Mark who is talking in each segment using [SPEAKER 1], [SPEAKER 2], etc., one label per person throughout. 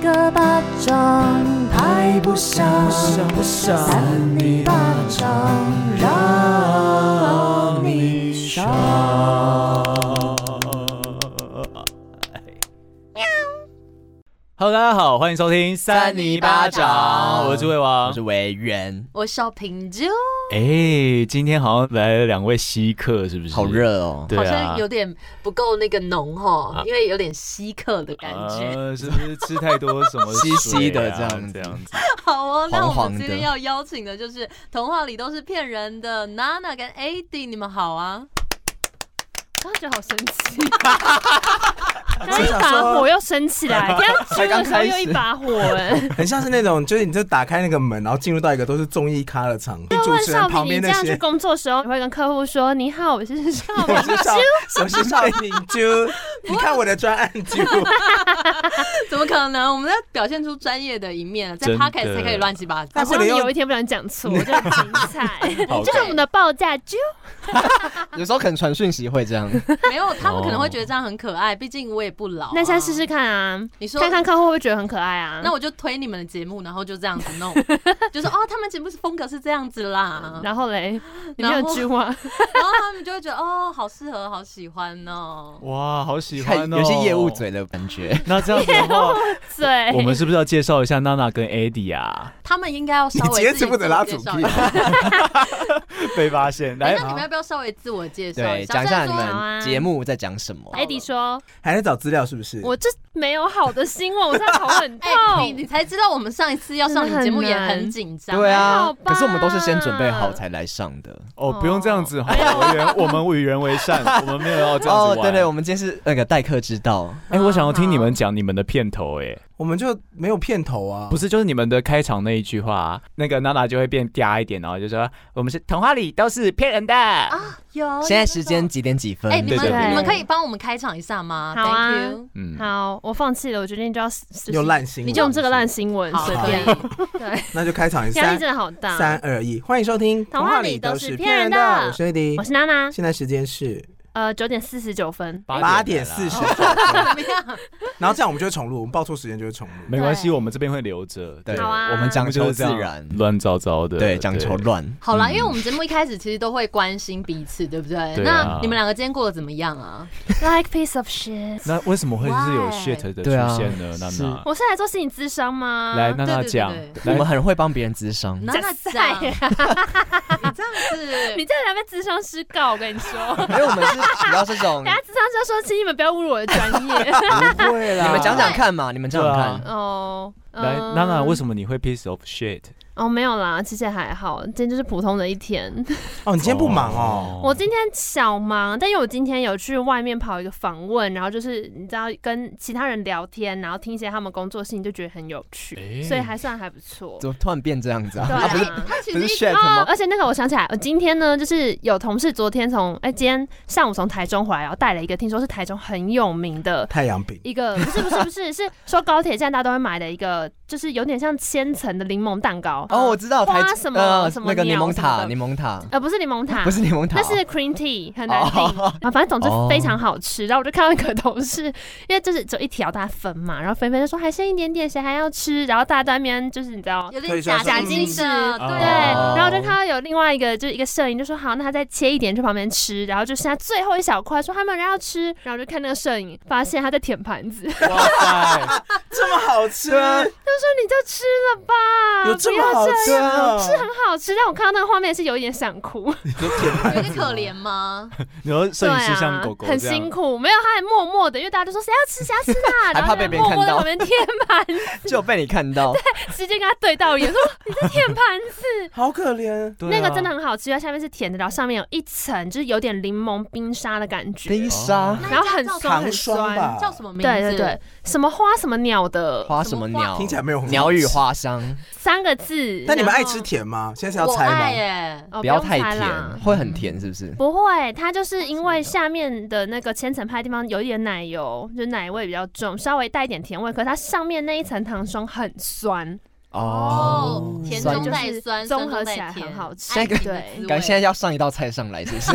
[SPEAKER 1] 个巴掌拍不响，
[SPEAKER 2] 不想
[SPEAKER 1] 扇你巴掌让你爽。
[SPEAKER 3] Hello，大家好，欢迎收听
[SPEAKER 2] 扇你巴掌
[SPEAKER 3] 我是魏王
[SPEAKER 2] 我是。维园，
[SPEAKER 1] 我小平就
[SPEAKER 3] 哎、今天好像来了两位稀客，是不是？
[SPEAKER 2] 好，热哦。
[SPEAKER 3] 对
[SPEAKER 4] 好
[SPEAKER 3] 啊
[SPEAKER 4] 像，有点不够那个浓哈，因为有点稀客的感觉。
[SPEAKER 3] 呃，是不是吃太多什么
[SPEAKER 2] 稀稀
[SPEAKER 3] 水
[SPEAKER 2] 的
[SPEAKER 3] 啊
[SPEAKER 2] 这样子
[SPEAKER 3] 这样子？
[SPEAKER 4] 好哦，那我
[SPEAKER 2] 黄黄
[SPEAKER 4] 们
[SPEAKER 2] 的
[SPEAKER 4] 今天要邀请的就是《童话里都是骗人的》Nana 跟 AD，你们好啊！
[SPEAKER 5] 突然觉得好生气，刚一把火又升 起来，刚刚追的时候又一把火、哎，
[SPEAKER 6] 很像是那种，就是你就打开那个门，然后进入到一个都是综艺咖的场，
[SPEAKER 5] 就
[SPEAKER 6] 主
[SPEAKER 5] 问
[SPEAKER 6] 持
[SPEAKER 5] 少
[SPEAKER 6] 人
[SPEAKER 5] 平，
[SPEAKER 6] 旁
[SPEAKER 5] 你
[SPEAKER 6] 边
[SPEAKER 5] 这
[SPEAKER 6] 那
[SPEAKER 5] 样去
[SPEAKER 6] 些。
[SPEAKER 5] 工作的时候，你会跟客户说：“你好，我是少 平。
[SPEAKER 6] 我是少，我是少平啾，你看我的专案 啾，
[SPEAKER 4] 怎么可能？我们要表现出专业的一面，啊在
[SPEAKER 3] 真的
[SPEAKER 4] Podcast 才可以乱七八糟。
[SPEAKER 6] 那
[SPEAKER 5] 好
[SPEAKER 6] 不
[SPEAKER 5] 像
[SPEAKER 6] 能
[SPEAKER 5] 有
[SPEAKER 6] 用
[SPEAKER 5] 一天不能 讲错，就很精彩。
[SPEAKER 2] 好
[SPEAKER 5] 这是我们的报价就
[SPEAKER 2] 有时候可能传讯息会这样，
[SPEAKER 4] 没有，他们可能会觉得这样很可爱，毕竟我也不老啊。
[SPEAKER 5] 那现在试试看啊，
[SPEAKER 4] 你说
[SPEAKER 5] 看看客户会不会觉得很可爱啊？
[SPEAKER 4] 那我就推你们的节目，然后就这样子 弄，就说哦，他们节目是风格是这样子啦，
[SPEAKER 5] 然后 嘞，你没
[SPEAKER 4] 然后
[SPEAKER 5] 有句话，
[SPEAKER 4] 然后他们就会觉得哦，好适合，好喜欢哦。
[SPEAKER 3] 哇，好喜
[SPEAKER 2] 看
[SPEAKER 3] 欢哦！
[SPEAKER 2] 有些业务嘴。的感觉。
[SPEAKER 3] 那这样子的话，
[SPEAKER 5] 对，
[SPEAKER 3] 我们是不是要介绍一下娜娜跟 Eddie 啊？
[SPEAKER 4] 他们应该要稍
[SPEAKER 6] 你
[SPEAKER 4] 微
[SPEAKER 6] 截
[SPEAKER 4] 自
[SPEAKER 6] 止
[SPEAKER 4] 己
[SPEAKER 6] 不
[SPEAKER 4] 自
[SPEAKER 6] 准
[SPEAKER 4] 我
[SPEAKER 6] 拉
[SPEAKER 4] 介
[SPEAKER 6] 主
[SPEAKER 4] 绍
[SPEAKER 6] 题
[SPEAKER 4] 一下。
[SPEAKER 3] 被发现，
[SPEAKER 4] 哎，
[SPEAKER 3] 来
[SPEAKER 4] 那你们要不要稍微自我介绍
[SPEAKER 2] 对，
[SPEAKER 4] 一下？
[SPEAKER 2] 讲一
[SPEAKER 4] 虽然
[SPEAKER 2] 下你
[SPEAKER 4] 说
[SPEAKER 5] 好
[SPEAKER 2] 们
[SPEAKER 5] 啊
[SPEAKER 2] 节目在讲什么。
[SPEAKER 5] AD 说
[SPEAKER 6] 还在找资料是不是？：“
[SPEAKER 5] 我这没有好的新闻，我现在头很痛。
[SPEAKER 4] 哎，你你才知道我们上一次要上你节目也
[SPEAKER 5] 真的很
[SPEAKER 4] 很紧张。
[SPEAKER 2] 对
[SPEAKER 5] 还
[SPEAKER 2] 啊
[SPEAKER 5] 好，吧
[SPEAKER 2] 可是我们都是先准备 好才来上的。
[SPEAKER 3] 哦，不用这样子哈，委员，我们与人为善，我们没有要这样子玩。
[SPEAKER 2] 对对，我们今天是那个待客之道，
[SPEAKER 3] 哎、我想要听你们讲你们的片头、哎，
[SPEAKER 6] 我们就没有片头啊，
[SPEAKER 3] 不是，就是你们的开场那一句话、那个娜娜就会变嗲一点，然后就说我们是童话里都是骗人的。
[SPEAKER 4] 有
[SPEAKER 2] 现在时间。几点几分？
[SPEAKER 4] 哎，你们
[SPEAKER 3] 对对对
[SPEAKER 4] 你们可以帮我们开场一下吗
[SPEAKER 5] 好啊
[SPEAKER 4] ？Thank you。
[SPEAKER 3] 嗯，
[SPEAKER 5] 好，我放弃了，我决定就要就是
[SPEAKER 6] 有烂新闻，
[SPEAKER 5] 你就用这个烂新闻
[SPEAKER 4] 好，
[SPEAKER 5] 随
[SPEAKER 4] 可
[SPEAKER 5] 便，
[SPEAKER 4] 以。
[SPEAKER 5] 对，
[SPEAKER 6] 那就开场一
[SPEAKER 5] 压力
[SPEAKER 6] 三
[SPEAKER 5] 真的好大。
[SPEAKER 6] 三二一，欢迎收听《
[SPEAKER 5] 童话里都是骗人的
[SPEAKER 6] 我是 AD，
[SPEAKER 5] 我是娜娜，
[SPEAKER 6] 现在时间是
[SPEAKER 5] 呃，九点四十 九分，
[SPEAKER 6] 八点四十，
[SPEAKER 4] 怎么样？
[SPEAKER 6] 然后这样我们就会重录，我们报错时间就会重录。
[SPEAKER 3] 没关系，我们这边会留着。
[SPEAKER 2] 对，
[SPEAKER 5] 好啊
[SPEAKER 2] 我们讲求自然，
[SPEAKER 3] 乱糟糟的，
[SPEAKER 2] 对，讲求乱。
[SPEAKER 4] 好啦，因为我们节目一开始其实都会关心彼此，对不对？
[SPEAKER 3] 对啊
[SPEAKER 4] 那你们两个今天过得怎么样啊？
[SPEAKER 5] like piece of shit。
[SPEAKER 3] 那为什么会是有
[SPEAKER 4] Why？
[SPEAKER 3] shit 的出
[SPEAKER 2] 对啊
[SPEAKER 3] 现呢？娜
[SPEAKER 2] 是
[SPEAKER 3] 娜，
[SPEAKER 5] 我是来做心理咨商吗？
[SPEAKER 3] 来，娜娜
[SPEAKER 4] 对对
[SPEAKER 3] 讲
[SPEAKER 4] 对，
[SPEAKER 2] 我
[SPEAKER 3] 来
[SPEAKER 2] 们很会帮别人咨商。
[SPEAKER 4] 娜娜
[SPEAKER 5] 塞
[SPEAKER 4] 讲，你这样
[SPEAKER 5] 你
[SPEAKER 4] 子，
[SPEAKER 5] 这样被咨商师告，我跟你说，
[SPEAKER 2] 因为我们是比较这 种
[SPEAKER 5] 大家咨商师说，请你们不要侮辱我的专业。
[SPEAKER 3] 不会啦
[SPEAKER 2] 你们讲讲看嘛，你们讲讲
[SPEAKER 3] 对
[SPEAKER 2] 看。
[SPEAKER 5] 哦，
[SPEAKER 3] 来，娜娜，为
[SPEAKER 5] 么？
[SPEAKER 3] 什么你会 piece of shit？
[SPEAKER 5] 哦，没有啦，其实也还好，今天就是普通的一天。
[SPEAKER 6] 哦，你今天不忙哦？
[SPEAKER 5] 我今天小忙，但因为我今天有去外面跑一个访问，然后就是你知道跟其他人聊天，然后听一些他们工作事情，就觉得很有趣，
[SPEAKER 3] 哎
[SPEAKER 5] 所以还算还不错。
[SPEAKER 2] 怎么突然变这样子
[SPEAKER 5] 对
[SPEAKER 2] 啊？
[SPEAKER 5] 啊
[SPEAKER 2] 啊，不是
[SPEAKER 4] 他其
[SPEAKER 2] 不
[SPEAKER 4] 实
[SPEAKER 2] 是
[SPEAKER 4] 一
[SPEAKER 2] shit
[SPEAKER 5] 哦
[SPEAKER 2] 吗？
[SPEAKER 5] 而且那个我想起来，我今天呢，就是有同事昨天从哎、今天上午从台中回来，然后带了一个听说是台中很有名的
[SPEAKER 6] 太阳饼，
[SPEAKER 5] 一 个，不是不是不是，是说高铁站大家都会买的一个，就是有点像千层的柠檬蛋糕，
[SPEAKER 2] 哦，我知道台
[SPEAKER 5] 哎花什么
[SPEAKER 2] 呃
[SPEAKER 5] 什么
[SPEAKER 2] 那个柠
[SPEAKER 5] 鸟
[SPEAKER 2] 檬
[SPEAKER 5] 什么
[SPEAKER 2] 塔，
[SPEAKER 5] 的
[SPEAKER 2] 柠檬塔
[SPEAKER 5] 呃不是柠檬塔，
[SPEAKER 2] 不是哦柠檬塔
[SPEAKER 5] 那
[SPEAKER 2] 哦，
[SPEAKER 5] 是 cream tea，很难订。 啊，反正总之非常好吃。然后我就看到一个同事，因为就是只有一条大家分嘛，然后菲菲就说还剩一点点，谁还要吃？然后大家在那边就是你知道。
[SPEAKER 4] 有
[SPEAKER 6] 可
[SPEAKER 4] 点
[SPEAKER 6] 以说
[SPEAKER 4] 假
[SPEAKER 6] 是
[SPEAKER 4] 假
[SPEAKER 5] 嗯
[SPEAKER 4] 矜持的，
[SPEAKER 3] 哦
[SPEAKER 5] 对，
[SPEAKER 4] 对。
[SPEAKER 2] 哦
[SPEAKER 5] 然后我就看到有另外一个，就是一个摄影就说好，那他再切一点去旁边吃，然后就剩下最后一小块，说还有没有人要吃，然后就看那个摄影，发现他在舔盘子， 他说
[SPEAKER 3] 哇塞，
[SPEAKER 6] 这么好吃，
[SPEAKER 5] 你就吃了吧，
[SPEAKER 6] 有这
[SPEAKER 5] 不
[SPEAKER 6] 么
[SPEAKER 5] 要
[SPEAKER 6] 好
[SPEAKER 5] 这
[SPEAKER 6] 吃啊？是
[SPEAKER 5] 很好吃，但我看到那个画面是有一点想哭，
[SPEAKER 4] 有点可怜吗？
[SPEAKER 3] 你说摄影
[SPEAKER 5] 对啊，
[SPEAKER 3] 师像狗狗
[SPEAKER 5] 很
[SPEAKER 3] 这样
[SPEAKER 5] 辛苦，没有，他还默默的，因为大家都说谁要吃，谁要吃啊，
[SPEAKER 2] 还
[SPEAKER 5] 然
[SPEAKER 2] 怕
[SPEAKER 5] 后
[SPEAKER 2] 被
[SPEAKER 5] 就
[SPEAKER 2] 别人
[SPEAKER 5] 默
[SPEAKER 2] 看
[SPEAKER 5] 默在
[SPEAKER 2] 到
[SPEAKER 5] 旁边舔盘子，
[SPEAKER 2] 就被你看到，
[SPEAKER 5] 直接跟他对到眼，说你在舔盘子，
[SPEAKER 6] 好可怜，
[SPEAKER 3] 对啊
[SPEAKER 5] 那个真的很好吃，它下面是甜的，然后上面有一层就是有点柠檬冰沙的感觉，
[SPEAKER 2] 冰沙
[SPEAKER 4] 那
[SPEAKER 5] 然后很
[SPEAKER 4] 叫什么
[SPEAKER 5] 酸
[SPEAKER 6] 糖
[SPEAKER 5] 很
[SPEAKER 6] 霜
[SPEAKER 5] 酸，
[SPEAKER 6] 吧？
[SPEAKER 4] 叫什么名字？
[SPEAKER 5] 对对对，什么花什么鸟的
[SPEAKER 2] 花什么鸟？
[SPEAKER 6] 听起来没有很好吃
[SPEAKER 2] 鸟语。花香，
[SPEAKER 5] 三个字，
[SPEAKER 6] 那你们
[SPEAKER 5] 然后
[SPEAKER 6] 爱吃甜吗？现在是要
[SPEAKER 4] 我
[SPEAKER 6] 猜
[SPEAKER 4] 爱欸
[SPEAKER 6] 吗？
[SPEAKER 4] 耶，
[SPEAKER 5] 哦
[SPEAKER 2] 不要
[SPEAKER 5] 用
[SPEAKER 2] 太
[SPEAKER 5] 猜啦
[SPEAKER 2] 甜，会很甜是不是？
[SPEAKER 5] 不会，它就是因为下面的那个千层派地方有一点奶油，就是奶味比较重，稍微带一点甜味，可是它上面那一层糖霜很酸，
[SPEAKER 4] 哦，甜
[SPEAKER 2] 酸
[SPEAKER 4] 中
[SPEAKER 2] 就
[SPEAKER 4] 带
[SPEAKER 5] 是
[SPEAKER 4] 酸，
[SPEAKER 5] 综
[SPEAKER 4] 酸中
[SPEAKER 5] 合
[SPEAKER 4] 带
[SPEAKER 5] 起来
[SPEAKER 4] 甜
[SPEAKER 5] 很好吃
[SPEAKER 4] 爱
[SPEAKER 2] 对
[SPEAKER 4] 情的
[SPEAKER 5] 感
[SPEAKER 4] 滋
[SPEAKER 2] 感觉
[SPEAKER 4] 味
[SPEAKER 2] 现在要上一道菜上来，是不 是？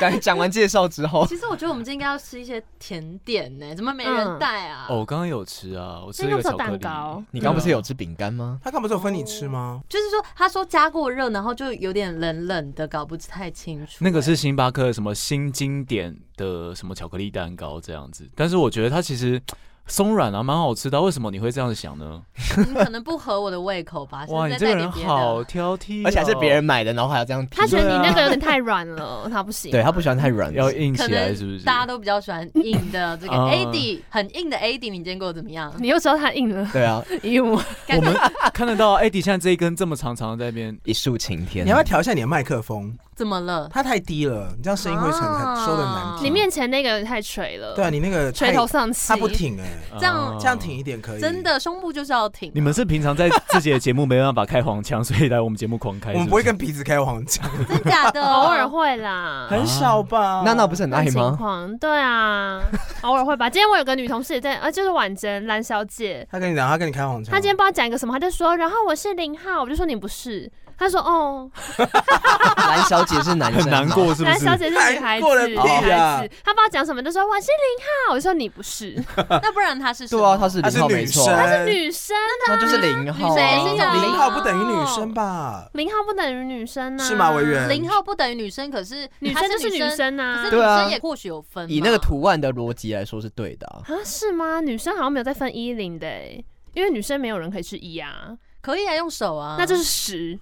[SPEAKER 2] 感觉讲完介绍之后，
[SPEAKER 4] 其实我觉得我们今天应该要吃一些甜点欸呢，怎么没人
[SPEAKER 5] 嗯
[SPEAKER 4] 带啊？
[SPEAKER 3] 哦，我刚刚有吃啊，我吃
[SPEAKER 5] 那
[SPEAKER 3] 了一个
[SPEAKER 5] 弄
[SPEAKER 3] 巧
[SPEAKER 5] 错
[SPEAKER 3] 克力
[SPEAKER 5] 蛋糕。
[SPEAKER 2] 你刚不是有吃饼干吗？
[SPEAKER 6] 他刚不是有分你吃吗？
[SPEAKER 4] 就是说，他说加过热，然后就有点冷冷的，搞不太清楚。欸
[SPEAKER 3] 那个是星巴克的什么新经典的什么巧克力蛋糕这样子，但是我觉得它其实松软啊，蛮好吃的啊。为什么你会这样想呢？
[SPEAKER 4] 你可能不合我的胃 口吧？
[SPEAKER 3] 哇，
[SPEAKER 4] 下
[SPEAKER 3] 你
[SPEAKER 4] 次
[SPEAKER 3] 这
[SPEAKER 4] 再
[SPEAKER 3] 个
[SPEAKER 4] 带点
[SPEAKER 3] 人
[SPEAKER 4] 别
[SPEAKER 3] 好
[SPEAKER 4] 的。
[SPEAKER 3] 挑剔哦、
[SPEAKER 2] 而且还是别人买的，然后还要这样提。
[SPEAKER 5] 他觉得
[SPEAKER 6] 啊
[SPEAKER 5] 你那个有点太软了，他不行。
[SPEAKER 2] 对他不喜欢太软的，
[SPEAKER 3] 要硬
[SPEAKER 4] 可
[SPEAKER 3] 起来，是 不
[SPEAKER 4] 能
[SPEAKER 3] 是？
[SPEAKER 4] 大家都比较喜欢硬的这个
[SPEAKER 3] 啊
[SPEAKER 4] AD，很硬的 AD，你今天过得怎么样？
[SPEAKER 5] 你又知道他硬了，
[SPEAKER 2] 对啊，
[SPEAKER 5] 因为我
[SPEAKER 4] 哦
[SPEAKER 3] 我们看得到艾迪现在这一根这么长长的在那边，
[SPEAKER 2] 一束晴天。
[SPEAKER 6] 你要不要调一下你的麦克风？
[SPEAKER 4] 怎么了？
[SPEAKER 6] 它太低了，你这样声音会很
[SPEAKER 4] 啊
[SPEAKER 6] 很收的难听。
[SPEAKER 5] 你面前那个太垂了，
[SPEAKER 6] 对啊，你那个
[SPEAKER 5] 垂
[SPEAKER 6] 太
[SPEAKER 5] 头丧气。
[SPEAKER 6] 它不挺哎，
[SPEAKER 4] 这样
[SPEAKER 3] 哦
[SPEAKER 6] 这样挺一点可以。
[SPEAKER 4] 真，的胸部就是要挺啊。
[SPEAKER 3] 你们是平常在自己的节目没办法开黄腔，所以来我们节目狂开
[SPEAKER 6] 我们不会
[SPEAKER 3] 是
[SPEAKER 6] 跟鼻子开黄腔，
[SPEAKER 4] 真假 的？
[SPEAKER 5] 偶尔会啦，
[SPEAKER 6] 很少吧？
[SPEAKER 2] 娜娜不是很爱
[SPEAKER 5] 看情
[SPEAKER 2] 吗？
[SPEAKER 5] 况，对 啊，偶尔会吧。今天我有个女同事也在，啊，就是婉珍兰小姐，
[SPEAKER 6] 他跟你讲，他跟你开黄腔。
[SPEAKER 5] 她今天不知道讲一个什么，她就说，然后我是零号，我就说你不是，她说哦，
[SPEAKER 2] 蓝小姐是男
[SPEAKER 3] 不是
[SPEAKER 2] 生，
[SPEAKER 3] 很难过，。是不
[SPEAKER 5] 兰小
[SPEAKER 3] 是？
[SPEAKER 5] 姐是女孩
[SPEAKER 6] 难
[SPEAKER 5] 子，
[SPEAKER 6] 哎过了
[SPEAKER 5] 女
[SPEAKER 6] 屁啊
[SPEAKER 5] 孩子，她不知道讲什么，就说我是零号，我就说你不是，
[SPEAKER 4] 那不然他是什
[SPEAKER 2] 对啊，
[SPEAKER 4] 么
[SPEAKER 2] 她是
[SPEAKER 6] 她是
[SPEAKER 2] 零号没
[SPEAKER 6] 女
[SPEAKER 2] 错
[SPEAKER 6] 生，，
[SPEAKER 5] 女生
[SPEAKER 2] 她就是零号
[SPEAKER 4] 女生也
[SPEAKER 2] 啊。
[SPEAKER 4] 是一种
[SPEAKER 6] 零
[SPEAKER 4] 零
[SPEAKER 6] 号不等于女生吧？
[SPEAKER 5] 零号不等于女生呢、啊
[SPEAKER 6] 是吗？委员，
[SPEAKER 4] 零号不等于女生，可是
[SPEAKER 5] 女
[SPEAKER 4] 她
[SPEAKER 5] 生就是女
[SPEAKER 4] 女生，
[SPEAKER 5] 生
[SPEAKER 4] 可
[SPEAKER 5] 呐、
[SPEAKER 4] 是
[SPEAKER 5] 啊。
[SPEAKER 4] 女
[SPEAKER 2] 对啊
[SPEAKER 4] 生也或许有分嘛。
[SPEAKER 2] 以那个图案的逻辑来说是对的啊。
[SPEAKER 5] 啊，是吗？女生好像没有在分一零的、欸，因为女生没有人可以是一啊，
[SPEAKER 4] 可以啊，用手啊，
[SPEAKER 5] 那就是十，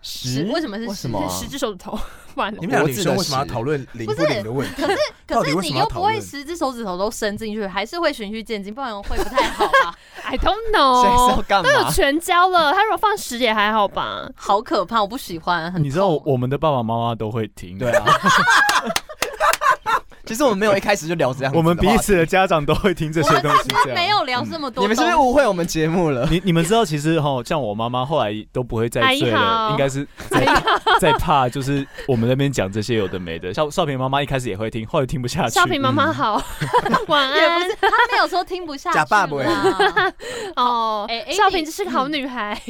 [SPEAKER 2] 十
[SPEAKER 4] 为什么是
[SPEAKER 2] 为
[SPEAKER 4] 十
[SPEAKER 2] 什么啊？
[SPEAKER 5] 十只手指头， 不然呢
[SPEAKER 6] 你们俩女生为什么要讨论零
[SPEAKER 4] 不是
[SPEAKER 6] 不零的问题？到
[SPEAKER 4] 可
[SPEAKER 6] 底
[SPEAKER 4] 是
[SPEAKER 6] 为
[SPEAKER 4] 你
[SPEAKER 6] 什么要
[SPEAKER 4] 又
[SPEAKER 6] 讨
[SPEAKER 4] 不
[SPEAKER 6] 论
[SPEAKER 4] 会十只手指头都伸进去，还是会循序渐进，不然会不太好 吧？
[SPEAKER 5] I don't
[SPEAKER 2] 谁是要
[SPEAKER 5] know，
[SPEAKER 2] 干
[SPEAKER 5] 都有
[SPEAKER 2] 嘛？
[SPEAKER 5] 全交了，他如果放十也还好吧？
[SPEAKER 4] 好可怕，我不喜欢。很
[SPEAKER 3] 你知道
[SPEAKER 4] 痛
[SPEAKER 3] 我们的爸爸妈妈都会听，
[SPEAKER 2] 对，啊。 其实我们没有一开始就聊这样子的话题，
[SPEAKER 3] 我们彼此的家长都会听这
[SPEAKER 4] 我
[SPEAKER 3] 些
[SPEAKER 4] 们
[SPEAKER 3] 东西，
[SPEAKER 4] 其
[SPEAKER 3] 这
[SPEAKER 4] 实
[SPEAKER 3] 样嗯
[SPEAKER 4] 没有聊这么多东
[SPEAKER 2] 你们
[SPEAKER 4] 西，
[SPEAKER 2] 是不是误会我们节目了？
[SPEAKER 3] 你你们知道，其实哈，像我妈妈后来都不会再睡
[SPEAKER 5] 哎
[SPEAKER 3] 了，
[SPEAKER 5] 好
[SPEAKER 3] 应该是在在怕，就是我们那边讲这些有的没的。少少平妈妈一开始也会听，后来听不下去。
[SPEAKER 5] 少平妈妈好，
[SPEAKER 6] 嗯
[SPEAKER 5] 晚
[SPEAKER 4] 也不
[SPEAKER 5] 安
[SPEAKER 4] 是， 他没有说听不下去
[SPEAKER 6] 假爸爸
[SPEAKER 4] 啦。
[SPEAKER 5] 哦
[SPEAKER 4] 哎哎。
[SPEAKER 5] 少
[SPEAKER 4] 你
[SPEAKER 5] 平是个好女孩，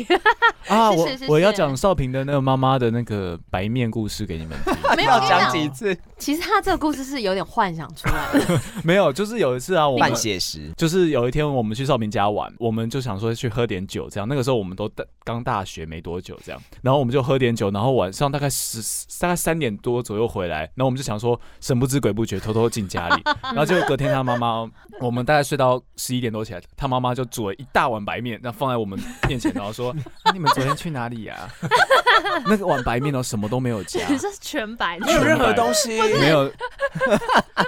[SPEAKER 3] 啊，
[SPEAKER 4] 谢谢
[SPEAKER 3] 我
[SPEAKER 4] 谢谢
[SPEAKER 3] 我要讲少平的那个妈妈的那个白面故事给你 们听。
[SPEAKER 4] 没有
[SPEAKER 2] 要
[SPEAKER 4] 我跟你
[SPEAKER 2] 讲
[SPEAKER 4] 讲，
[SPEAKER 2] 几次？
[SPEAKER 4] 其实他这个故事是有点幻想出来 的，
[SPEAKER 3] 没有，就是有一次啊，我们
[SPEAKER 2] 半写实，
[SPEAKER 3] 就是有一天我们去少平家玩，我们就想说去喝点酒，这样。那个时候我们都大刚大学没多久，这样。然后我们就喝点酒，然后晚上大概十大概三点多左右回来，然后我们就想说神不知鬼不觉，偷偷进家里。然后结果隔天他妈妈，我们大概睡到十一点多起来，他妈妈就煮了一大碗白面，那放在我们面前，然后说：“啊你们昨天去哪里呀、 那个碗白面哦，什么都没有加，
[SPEAKER 4] 嗯
[SPEAKER 5] 你是全白的
[SPEAKER 6] 没。有 任何东西，
[SPEAKER 3] 没有，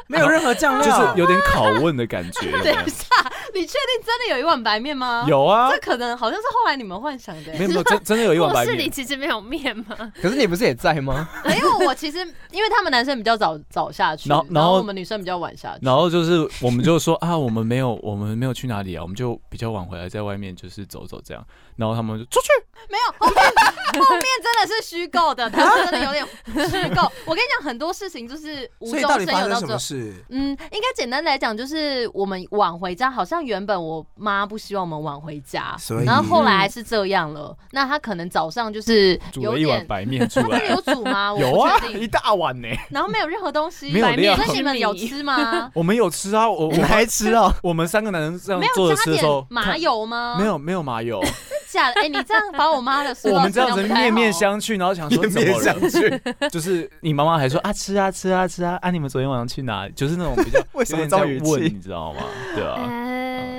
[SPEAKER 6] 没有任何酱
[SPEAKER 3] 就是
[SPEAKER 6] 料，
[SPEAKER 3] 有 点拷问的感觉。有没有
[SPEAKER 4] 等一下，啊你确定真的有一碗白面吗？，
[SPEAKER 3] 有啊
[SPEAKER 4] 这，可能好像是后来你们幻想的。
[SPEAKER 3] 没有没有，真真的有一碗
[SPEAKER 5] 卧
[SPEAKER 3] 白
[SPEAKER 5] 室里
[SPEAKER 3] 面。
[SPEAKER 5] 其实没有面嘛，
[SPEAKER 2] 可是你不是也在 吗？
[SPEAKER 4] 没有，我其实因为他们男生比较早早下去，
[SPEAKER 3] 然后然
[SPEAKER 4] 然
[SPEAKER 3] 后
[SPEAKER 4] 后我们女生比较晚下去。
[SPEAKER 3] 然后就是我们就说啊，我们没有，我们没有去哪里啊，我们就比较晚回来，在外面就是走走这样。然后他们就出去，
[SPEAKER 4] 没有，后面后面真的是虚构的，他们真的有点虚构。我跟你讲，很多事情就是无
[SPEAKER 6] 所以
[SPEAKER 4] 中
[SPEAKER 6] 到底
[SPEAKER 4] 生
[SPEAKER 6] 发
[SPEAKER 4] 有
[SPEAKER 6] 生
[SPEAKER 4] 到
[SPEAKER 6] 什
[SPEAKER 4] 最
[SPEAKER 6] 么
[SPEAKER 4] 后。
[SPEAKER 6] 事？
[SPEAKER 4] 嗯，应该简单来讲，就是我们晚回家，好像原本我妈不希望我们晚回家，
[SPEAKER 6] 所以
[SPEAKER 4] 然后后来还是这样了。那她可能早上就是
[SPEAKER 3] 煮
[SPEAKER 4] 有
[SPEAKER 3] 了一碗
[SPEAKER 4] 点，
[SPEAKER 3] 白面出
[SPEAKER 4] 那你
[SPEAKER 3] 来
[SPEAKER 4] 有。煮 吗？我
[SPEAKER 3] 有
[SPEAKER 4] 不
[SPEAKER 3] 啊，
[SPEAKER 4] 确定。
[SPEAKER 3] 一大碗呢、
[SPEAKER 4] 然后没有任何东西，
[SPEAKER 3] 没有
[SPEAKER 4] 白
[SPEAKER 3] 料？
[SPEAKER 4] 面，所以你们有吃吗
[SPEAKER 3] 我们有吃啊，我我
[SPEAKER 2] 你们还吃哦？
[SPEAKER 3] 我们三个男生这样
[SPEAKER 4] 没
[SPEAKER 3] 坐着
[SPEAKER 4] 有加
[SPEAKER 3] 吃的时候
[SPEAKER 4] 点，麻
[SPEAKER 3] 看
[SPEAKER 4] 油吗？
[SPEAKER 3] 没，有没有麻油，
[SPEAKER 4] 假的。哎，你这样把 我妈的塑
[SPEAKER 3] 我
[SPEAKER 4] 造
[SPEAKER 3] 们
[SPEAKER 4] 形
[SPEAKER 3] 这
[SPEAKER 4] 象
[SPEAKER 3] 样
[SPEAKER 4] 不
[SPEAKER 3] 子
[SPEAKER 4] 太好
[SPEAKER 3] 面面，相觑，然后想说
[SPEAKER 6] 面面
[SPEAKER 3] 怎么了就是你妈妈还说啊吃啊吃啊吃啊啊你们昨天晚上去哪里？就是那种比较
[SPEAKER 2] 为什么
[SPEAKER 3] 有点在
[SPEAKER 2] 这么语气
[SPEAKER 3] 问你知道吗？对啊。
[SPEAKER 5] 哎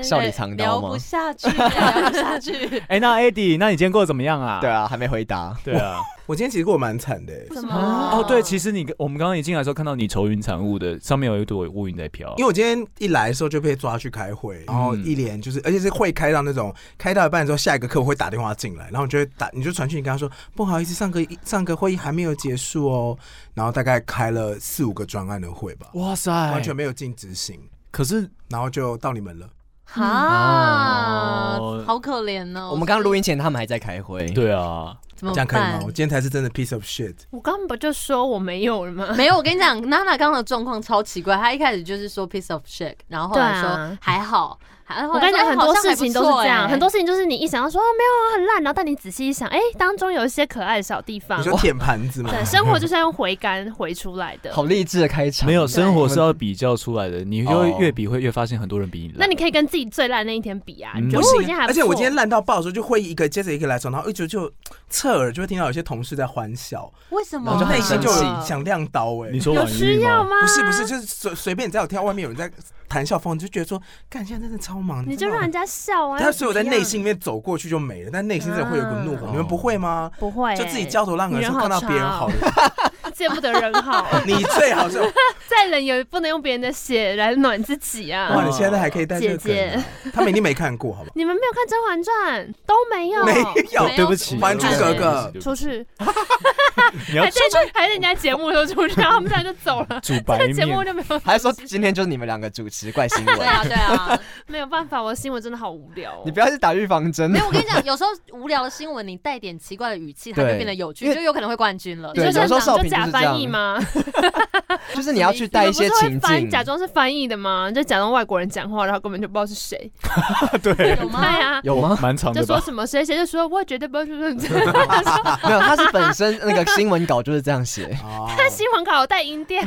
[SPEAKER 2] 笑里藏刀
[SPEAKER 4] 聊
[SPEAKER 2] 吗
[SPEAKER 4] 不？下去，聊不下去。
[SPEAKER 3] 哎、那 Eddie，那你今天过得怎么样啊？
[SPEAKER 2] 对啊，还没回答。
[SPEAKER 3] 对啊。
[SPEAKER 6] 我今天其实过得蛮惨的欸，
[SPEAKER 5] 什
[SPEAKER 4] 啊
[SPEAKER 3] 哦，对，其实你跟我们刚刚一进来的时候看到你愁云惨雾的，上面有一朵乌云在飘
[SPEAKER 6] 因。为我今天一来的时候就被抓去开会，然后一连就是，而且是会开到那种开到一半之后，下一个客户会打电话进来，然后你就会打，你就传讯跟他说不好意思，上个上个会议还没有结束哦，然后大概开了四五个专案的会吧，
[SPEAKER 3] 哇塞，
[SPEAKER 4] 哎
[SPEAKER 6] 完全没有进执行，
[SPEAKER 3] 可是
[SPEAKER 6] 然后就到你们了。
[SPEAKER 5] 嗯
[SPEAKER 4] 啊
[SPEAKER 3] 哦，
[SPEAKER 4] 好可怜哦！
[SPEAKER 2] 我们刚刚录音前他们还在开会。，
[SPEAKER 3] 对啊，
[SPEAKER 4] 怎么
[SPEAKER 6] 这样可以吗
[SPEAKER 4] 办？？
[SPEAKER 6] 我今天才是真的 piece of shit。
[SPEAKER 5] 我刚不就说我没有了吗？
[SPEAKER 4] 没有，我跟你讲，娜娜刚刚的状况超奇怪。她一开始就是说 piece of shit，然后后来
[SPEAKER 5] 对啊
[SPEAKER 4] 哦说还好，哎然后
[SPEAKER 5] 我跟你讲，很多事情都是这样，很
[SPEAKER 4] 多
[SPEAKER 5] 多事情就是你一想要说、哦、没有啊很烂，然后但你仔细一想，哎、当中有一些可爱的小地方
[SPEAKER 6] 你。说 舔盘子嘛？
[SPEAKER 5] 对，生活就是要用回甘回出来的。
[SPEAKER 2] 好励志的开场。
[SPEAKER 3] 没有生活
[SPEAKER 2] 对
[SPEAKER 3] 是要比较出来的，你就会越比会越发现很多人比你烂。
[SPEAKER 5] 那你可以跟自己最烂那一天比啊，
[SPEAKER 3] 嗯
[SPEAKER 5] 你觉
[SPEAKER 6] 不
[SPEAKER 5] 得我今
[SPEAKER 6] 行
[SPEAKER 5] 天
[SPEAKER 6] 啊，
[SPEAKER 5] 还不
[SPEAKER 6] 而且我
[SPEAKER 5] 错
[SPEAKER 6] 今天烂到爆的时候，就会一个接着一个来找，然后一直就侧耳就会听到有些同事在欢笑，
[SPEAKER 4] 为什
[SPEAKER 2] 我
[SPEAKER 4] 么
[SPEAKER 6] 我就内心就有
[SPEAKER 2] 很生
[SPEAKER 6] 想亮刀哎、
[SPEAKER 3] 你说
[SPEAKER 5] 有
[SPEAKER 3] 网
[SPEAKER 5] 需
[SPEAKER 3] 易
[SPEAKER 5] 要
[SPEAKER 3] 吗？
[SPEAKER 5] 吗？
[SPEAKER 6] 不是不是，，就是随随便你在我听到外面有人在谈笑风，你就觉得说，干现在真的超忙，
[SPEAKER 5] 你
[SPEAKER 6] 知
[SPEAKER 5] 就
[SPEAKER 6] 道吗
[SPEAKER 5] 让人家笑啊。
[SPEAKER 6] 他所以我在
[SPEAKER 5] 又怎么
[SPEAKER 6] 内
[SPEAKER 5] 样
[SPEAKER 6] 心里面走过去就没了，但内心真的会有股怒火。
[SPEAKER 3] 啊
[SPEAKER 6] 你们不会吗？
[SPEAKER 5] 不会、
[SPEAKER 6] 就自己焦头烂额的时候
[SPEAKER 5] 女人好
[SPEAKER 6] 看到别人好的，
[SPEAKER 5] 欸见不得人 好，
[SPEAKER 6] 你最好 是
[SPEAKER 5] 再冷也不能用别人的血来暖自己
[SPEAKER 6] 哇！
[SPEAKER 5] 啊。
[SPEAKER 6] 你现在还可以带这
[SPEAKER 5] 姐
[SPEAKER 6] 个梗
[SPEAKER 5] 姐
[SPEAKER 6] 啊，，他们一定没看过，好吧？
[SPEAKER 5] 你们没有看《甄嬛传》都 没有。
[SPEAKER 6] 没有
[SPEAKER 4] 没有
[SPEAKER 3] 对不起，
[SPEAKER 4] 什么
[SPEAKER 6] 还珠格格，
[SPEAKER 3] 对 不起
[SPEAKER 5] 出，去，
[SPEAKER 3] 你要
[SPEAKER 5] 还在还在人家节目都出去，然后他们这样就走 了，
[SPEAKER 3] 煮白
[SPEAKER 5] 这个
[SPEAKER 3] 面
[SPEAKER 5] 节目就没有。
[SPEAKER 2] 还 是说今天就是你们两个主持怪新 闻
[SPEAKER 4] 对？啊对 啊，
[SPEAKER 5] 没有办法，我的新闻真的好无聊、哦。
[SPEAKER 2] 你不要去打预防针
[SPEAKER 4] 没。有我跟你讲，有时候无聊的新闻你带点奇怪的语气，它就
[SPEAKER 2] 对
[SPEAKER 4] 变得有
[SPEAKER 2] 因
[SPEAKER 4] 趣，
[SPEAKER 2] 为
[SPEAKER 4] 就有可能会冠军了。
[SPEAKER 5] 你
[SPEAKER 2] 对
[SPEAKER 5] 就
[SPEAKER 2] 有时候
[SPEAKER 5] 像
[SPEAKER 2] 少
[SPEAKER 5] 就
[SPEAKER 2] 平就是
[SPEAKER 5] 假
[SPEAKER 2] 这样
[SPEAKER 5] 翻译吗？
[SPEAKER 2] 就是你要去带一些
[SPEAKER 5] 你们不是会
[SPEAKER 2] 情
[SPEAKER 5] 翻
[SPEAKER 2] 境，
[SPEAKER 5] 假装是翻译的吗？就假装外国人讲话，然后根本就不知道是谁。
[SPEAKER 3] 对，
[SPEAKER 4] 有
[SPEAKER 5] 对
[SPEAKER 4] 吗？
[SPEAKER 5] 啊，
[SPEAKER 2] 有吗？
[SPEAKER 3] 蛮长
[SPEAKER 5] 就
[SPEAKER 3] 的
[SPEAKER 5] 说
[SPEAKER 3] 吧？
[SPEAKER 5] 什么谁谁就说，我绝对不会出这种。
[SPEAKER 2] 没有，他是本身那个新闻稿就是这 样写
[SPEAKER 6] 哦
[SPEAKER 5] 他新闻稿有带音调，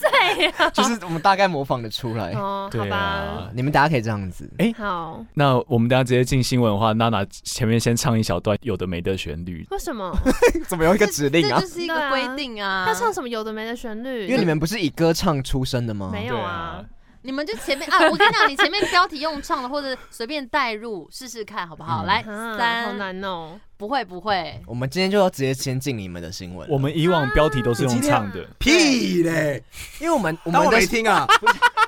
[SPEAKER 5] 对呀、
[SPEAKER 2] 就是我们大概模仿的出来。
[SPEAKER 5] 哦，好
[SPEAKER 3] 对
[SPEAKER 5] 吧，
[SPEAKER 3] 啊。
[SPEAKER 2] 你们大家可以这样子，
[SPEAKER 5] 好，
[SPEAKER 3] 那我们等一下直接进新闻的话，娜娜前面先唱一小段有的没的旋律，
[SPEAKER 5] 为什么？
[SPEAKER 2] 怎么有一
[SPEAKER 4] 这
[SPEAKER 2] 个指令啊
[SPEAKER 4] 这？就是一个规定啊。
[SPEAKER 5] 他唱什么有的没的旋律？
[SPEAKER 2] 因为你们不是以歌唱出身的吗？
[SPEAKER 5] 没有啊，
[SPEAKER 4] 你们就前面啊，我跟你讲，你前面标题用唱的或者随便带入试试看好不
[SPEAKER 2] 嗯
[SPEAKER 4] 好？来，
[SPEAKER 5] 啊好
[SPEAKER 4] 三，
[SPEAKER 5] 难哦。
[SPEAKER 4] 不会不会，
[SPEAKER 2] 我们今天就要直接先进你们的新闻了，
[SPEAKER 3] 我们以往标题都是
[SPEAKER 5] 啊
[SPEAKER 3] 用唱的，
[SPEAKER 6] 屁嘞！
[SPEAKER 2] 因为我们我
[SPEAKER 6] 当
[SPEAKER 2] 们
[SPEAKER 6] 我
[SPEAKER 2] 的
[SPEAKER 6] 没听啊，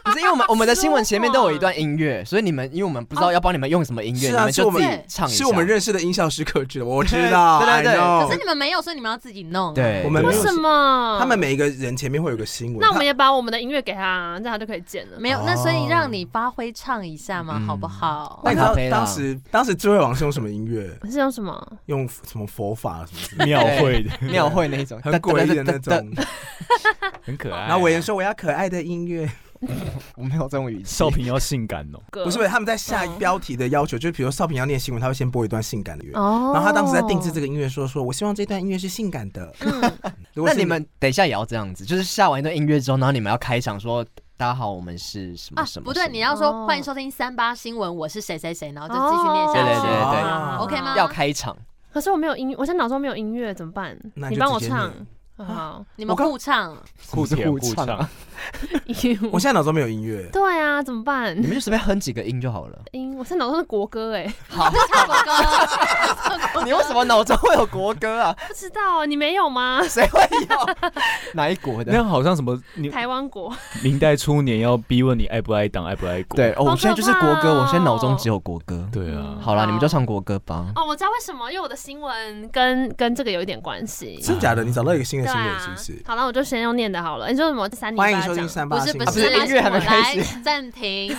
[SPEAKER 2] 不是因为我们我们的新闻前面都有一段音乐，所以你们因为我们不知道要帮你们用什么音乐，
[SPEAKER 6] 是
[SPEAKER 2] 你
[SPEAKER 6] 啊
[SPEAKER 2] 们就自己
[SPEAKER 4] 是我们
[SPEAKER 2] 唱一下。
[SPEAKER 6] 是我们认识的音效师克制的，我知道。
[SPEAKER 2] 对对对
[SPEAKER 6] I know
[SPEAKER 4] 可是你们没有，所以你们要自己弄。，
[SPEAKER 2] 哦
[SPEAKER 4] 啊
[SPEAKER 2] 对，
[SPEAKER 6] 我们
[SPEAKER 5] 为
[SPEAKER 6] 没有
[SPEAKER 5] 什么？
[SPEAKER 6] 他们每一个人前面会有个新闻，
[SPEAKER 5] 那我们也把我们的音乐给他，这样他就可以剪了。
[SPEAKER 4] 没有，那所以让你发挥唱一下嘛，
[SPEAKER 2] 哦嗯
[SPEAKER 4] 好不好？
[SPEAKER 6] 那你知道
[SPEAKER 2] 我们
[SPEAKER 6] 当时当时智慧网是用什么音乐？
[SPEAKER 5] 是用什么？
[SPEAKER 6] 用什么佛法什么之类
[SPEAKER 3] 庙会 的，
[SPEAKER 2] 庙会那一种，
[SPEAKER 6] 的，很诡异的那
[SPEAKER 2] 哒哒哒
[SPEAKER 6] 种
[SPEAKER 2] 哒。
[SPEAKER 3] 很可爱。
[SPEAKER 6] 然后伟言说我要可爱的音乐，
[SPEAKER 2] 我没有这种语气
[SPEAKER 3] 少。平要性感哦，
[SPEAKER 5] 歌
[SPEAKER 6] 不是不是他们在下
[SPEAKER 5] 嗯
[SPEAKER 6] 标题的要求，就是比如少平要念新闻，他会先播一段性感的乐。
[SPEAKER 5] 哦。
[SPEAKER 6] 然后他当时在定制这个音乐，说说我希望这段音乐是性感的。
[SPEAKER 5] 嗯
[SPEAKER 6] 如果
[SPEAKER 2] 那
[SPEAKER 6] 是
[SPEAKER 2] 你们等一下也要这样子，就是下完一段音乐之后，然后你们要开场说：“大家好，我们是什么
[SPEAKER 4] 啊
[SPEAKER 2] 什，么。”
[SPEAKER 4] 不对，你要
[SPEAKER 5] 哦
[SPEAKER 4] 说欢迎收听三八新闻，我是谁谁谁，然后就继续念下去。
[SPEAKER 2] 对对对对
[SPEAKER 6] 啊
[SPEAKER 4] OK 吗
[SPEAKER 2] 要开场，
[SPEAKER 5] 可是我没有音乐，我现在脑中没有音乐，怎么办？
[SPEAKER 6] 那
[SPEAKER 5] 你
[SPEAKER 6] 就
[SPEAKER 5] 帮我
[SPEAKER 6] 直接
[SPEAKER 5] 唱
[SPEAKER 6] 念。
[SPEAKER 5] 好，，
[SPEAKER 4] 你们
[SPEAKER 6] 我刚
[SPEAKER 4] 互唱，
[SPEAKER 2] 互
[SPEAKER 3] 舔
[SPEAKER 2] 互
[SPEAKER 3] 互
[SPEAKER 2] 唱啊，
[SPEAKER 6] 我现在脑中没有音乐
[SPEAKER 5] 对啊，怎么办
[SPEAKER 2] 你？们就随便哼几个音就好了。
[SPEAKER 5] 音，我现在脑中是国歌 哎，
[SPEAKER 2] 好，
[SPEAKER 4] 唱国歌。
[SPEAKER 2] 你为什么脑中会有国歌啊？
[SPEAKER 5] 不知道你没有吗？
[SPEAKER 2] 谁会有？哪一国
[SPEAKER 3] 那
[SPEAKER 2] 的？
[SPEAKER 3] 样好像什 么你
[SPEAKER 5] 台湾国，
[SPEAKER 3] 明代初年要逼问你爱不爱党，爱不爱国？
[SPEAKER 2] 对，哦，
[SPEAKER 5] 好
[SPEAKER 2] 我现在就是
[SPEAKER 5] 可怕
[SPEAKER 2] 国歌，我现在脑中
[SPEAKER 5] 哦
[SPEAKER 2] 只有国歌。
[SPEAKER 3] 对啊，
[SPEAKER 2] 好了，你们就唱国歌吧。
[SPEAKER 5] 哦，我知道为什么，因为我的新闻跟跟这个有一点关系。
[SPEAKER 6] 真假的？你找到一个新的
[SPEAKER 5] 对
[SPEAKER 6] 新
[SPEAKER 5] 啊
[SPEAKER 6] 闻是不是？
[SPEAKER 5] 好了，我就先用念的好了。你说什么？这三零
[SPEAKER 6] 欢迎
[SPEAKER 5] 八
[SPEAKER 6] 收
[SPEAKER 5] 讲
[SPEAKER 6] 听三
[SPEAKER 4] 不
[SPEAKER 6] 八
[SPEAKER 4] 是
[SPEAKER 6] 新
[SPEAKER 4] 不
[SPEAKER 6] 闻。
[SPEAKER 2] 啊
[SPEAKER 4] 是，
[SPEAKER 2] 不是音乐还没开始
[SPEAKER 4] 来暂停，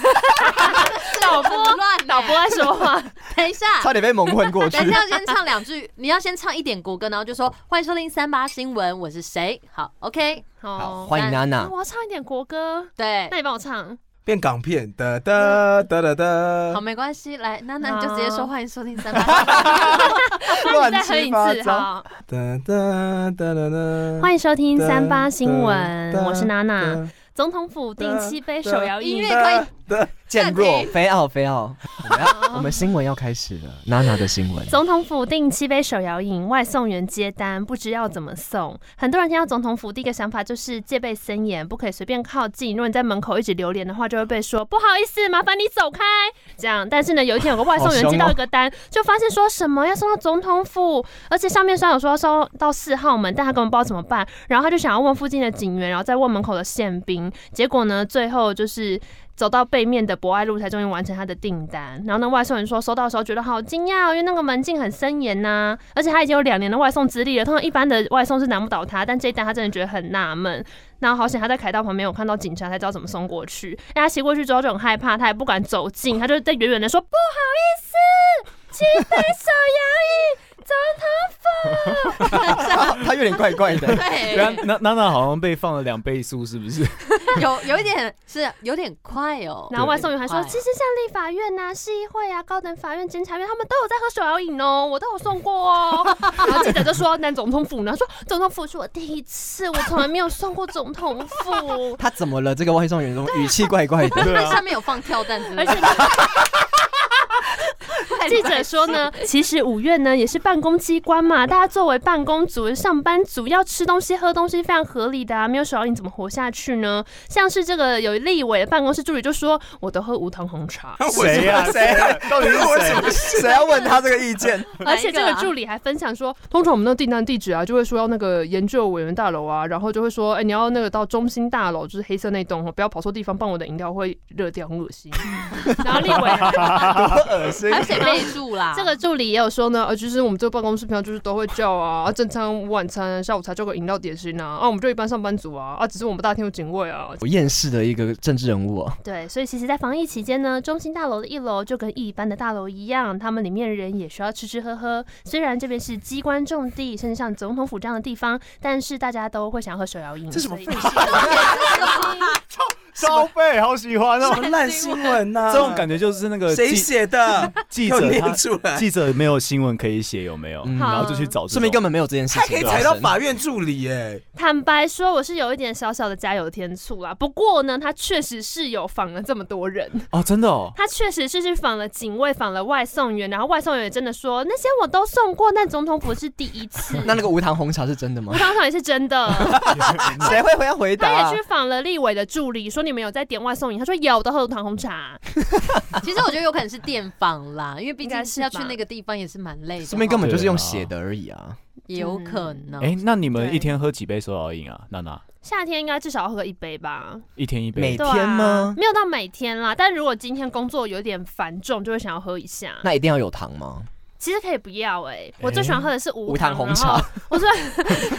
[SPEAKER 5] 导播
[SPEAKER 4] 很 乱呢
[SPEAKER 5] 导播在说话，
[SPEAKER 4] 等一下，
[SPEAKER 2] 差点被蒙混过去
[SPEAKER 4] 等。一下，先唱两句，你要先唱一点国歌，然后就说欢迎收听三八新闻，我是谁？好，OK，
[SPEAKER 2] 好，
[SPEAKER 5] 好，
[SPEAKER 2] 欢迎娜
[SPEAKER 5] 那
[SPEAKER 6] 啊
[SPEAKER 2] 娜。
[SPEAKER 5] 哦哎我要唱一点国歌，
[SPEAKER 4] 对
[SPEAKER 5] 那，你帮 我唱。
[SPEAKER 6] 变港片，哒哒哒哒
[SPEAKER 4] 好，
[SPEAKER 6] 哒。
[SPEAKER 4] 没关系，来，那那你就
[SPEAKER 5] 好
[SPEAKER 4] 直接说欢迎收听三八新 闻，
[SPEAKER 5] 那你再哼一次，好，
[SPEAKER 6] 哒哒哒哒哒。
[SPEAKER 5] 欢
[SPEAKER 6] 迎
[SPEAKER 5] 迎收听三八新 闻，我是娜哎娜。。总统府定期杯手摇
[SPEAKER 4] 音
[SPEAKER 5] 饮
[SPEAKER 4] 乐可以
[SPEAKER 6] 的
[SPEAKER 2] 渐弱
[SPEAKER 4] 暂，停
[SPEAKER 2] 非奥，非奥。我们要，我们新闻要开始了，娜娜的 新闻。
[SPEAKER 5] 总统府定七杯手摇饮，外送员接单，不知要怎么送。很多人听到总统府，第一个想法就是戒备森严，不可以随便靠近。如果你在门口一直流连的话，就会被说不好意思，麻烦你走开。这样，但是呢，有一天有个外送员
[SPEAKER 2] 好凶哦
[SPEAKER 5] 接到一个单，就发现说什么要送到总统府，而且上面虽然有说要送到四号门，但他根本不知道怎么办。然后他就想要问附近的警员，然后再问门口的宪兵。结果呢，最后就是走到背面的博爱路才终于完成他的订单。然后那外送员说收到的时候觉得好惊讶、哦，因为那个门禁很森严呐、而且他已经有两年的外送资历了。通常一般的外送是难不倒他，但这一单他真的觉得很纳闷。然后好险他在凯道旁边有看到警察，才知道怎么送过去。哎，他骑过去之后就很害怕，他也不敢走近，他就在远远的说不好意思，七杯手摇椅，总统府。
[SPEAKER 2] 他有点怪怪的。。
[SPEAKER 4] 对
[SPEAKER 5] 嗯
[SPEAKER 3] 对啊，，娜娜娜好像被放了两倍速，是不是？
[SPEAKER 4] 有有一点是有点快哦。
[SPEAKER 5] 然后外送员还说，
[SPEAKER 4] 有点快
[SPEAKER 5] 其实像立法院呐、啊、市议会啊、高等法院、监察院，他们都有在喝手摇饮哦，我都有送过哦。然后记者就说，那总统府呢？说总统府是我第一次，我从来没有送过总统府
[SPEAKER 2] 他怎么了？这个外送员中语气怪怪 的，
[SPEAKER 3] 对
[SPEAKER 4] 它
[SPEAKER 3] 啊，
[SPEAKER 4] 上面有放跳蛋之类
[SPEAKER 5] 而
[SPEAKER 4] 的，
[SPEAKER 5] 且记者说呢，其实五月呢也是办公机关嘛，大家作为办公族、上班族要吃东西、喝东西非常合理的啊，没有手摇饮怎么活下去呢？像是这个有立委的办公室助理就说，我都喝无糖红茶，
[SPEAKER 3] 谁呀？谁呀？到底是
[SPEAKER 2] 我
[SPEAKER 3] 谁啊
[SPEAKER 2] 什？么谁要问他这个意见？
[SPEAKER 5] 而且这
[SPEAKER 4] 哪一
[SPEAKER 5] 个
[SPEAKER 4] 啊
[SPEAKER 5] 助理还分享说，通常我们那个订单地址啊，就会说要那个研究委员大楼啊，然后就会说，哎、你要那个到中心大楼，就是黑色那栋哦，不要跑错地方，不然我的饮料会热掉，很恶心。然后立委
[SPEAKER 4] 还有写备注啦。
[SPEAKER 5] 这个助理也有说呢，呃，就是我们这个办公室平常就是都会叫啊，啊正餐、晚餐、下午茶叫个饮料点心啊，啊，我们就一般上班族啊，啊，只是我们大厅有警卫啊。
[SPEAKER 2] 我厌世的一个政治人物哦，
[SPEAKER 5] 对，所以其实，在防疫期间呢，中心大楼的一楼就跟一般的大楼一样，他们里面人也需要吃吃喝喝。虽然这边是机关重地，甚至像总统府这样的地方，但是大家都会想喝手摇饮。
[SPEAKER 6] 这什么
[SPEAKER 5] 所以
[SPEAKER 6] 废
[SPEAKER 3] 消费好喜欢哦
[SPEAKER 6] 什。么烂新闻呐、
[SPEAKER 3] 这种感觉就是那个
[SPEAKER 6] 啊谁
[SPEAKER 3] 记
[SPEAKER 6] 写的？
[SPEAKER 3] 记
[SPEAKER 6] 又
[SPEAKER 3] 者
[SPEAKER 6] 念
[SPEAKER 3] 他
[SPEAKER 6] 出来，
[SPEAKER 3] 记者没有新闻可以写，有没有？
[SPEAKER 2] 嗯
[SPEAKER 3] 然后就去找这种，
[SPEAKER 2] 说明根本没有这件事
[SPEAKER 6] 他可
[SPEAKER 2] 情
[SPEAKER 6] 以
[SPEAKER 2] 发
[SPEAKER 6] 踩到
[SPEAKER 2] 生。
[SPEAKER 6] 法院助理耶、
[SPEAKER 5] 坦白说，我是有一点小小的加油添醋啦。不过呢，他确实是有访了这么多人。
[SPEAKER 3] 哦，真的哦，
[SPEAKER 5] 他确实是去访了警卫，访了外送员，然后外送员也真的说那些我都送过，但总统府是第一次。
[SPEAKER 2] 啊那那个无糖红茶是真的吗
[SPEAKER 5] 我？想想也是真 的，
[SPEAKER 2] 谁会回要回答
[SPEAKER 5] 他
[SPEAKER 2] 啊
[SPEAKER 5] 也去？访了立委的助理，说你们有在点外送饮？他说有，我都喝糖红茶。
[SPEAKER 4] 其实我觉得有可能是电访啦，因为毕
[SPEAKER 5] 应
[SPEAKER 4] 竟
[SPEAKER 5] 该是吧
[SPEAKER 4] 要去那个地方也是蛮累的哈， 哦
[SPEAKER 2] 说明根本就是用写的而已啊。
[SPEAKER 4] 也有可能。
[SPEAKER 3] 哎，那你们
[SPEAKER 5] 嗯对
[SPEAKER 3] 一天喝几杯手摇饮啊？娜娜，
[SPEAKER 5] 夏天应该至少要喝一杯吧？
[SPEAKER 3] 一天一杯
[SPEAKER 2] 每，
[SPEAKER 5] 对啊
[SPEAKER 2] 天吗
[SPEAKER 5] 没有到每天啦，但如果今天工作有点繁重，就会想要喝一下。
[SPEAKER 2] 那一定要有糖吗？
[SPEAKER 5] 其实可以不要哎、我最喜欢喝的是无
[SPEAKER 2] 无糖红茶
[SPEAKER 5] 然后我最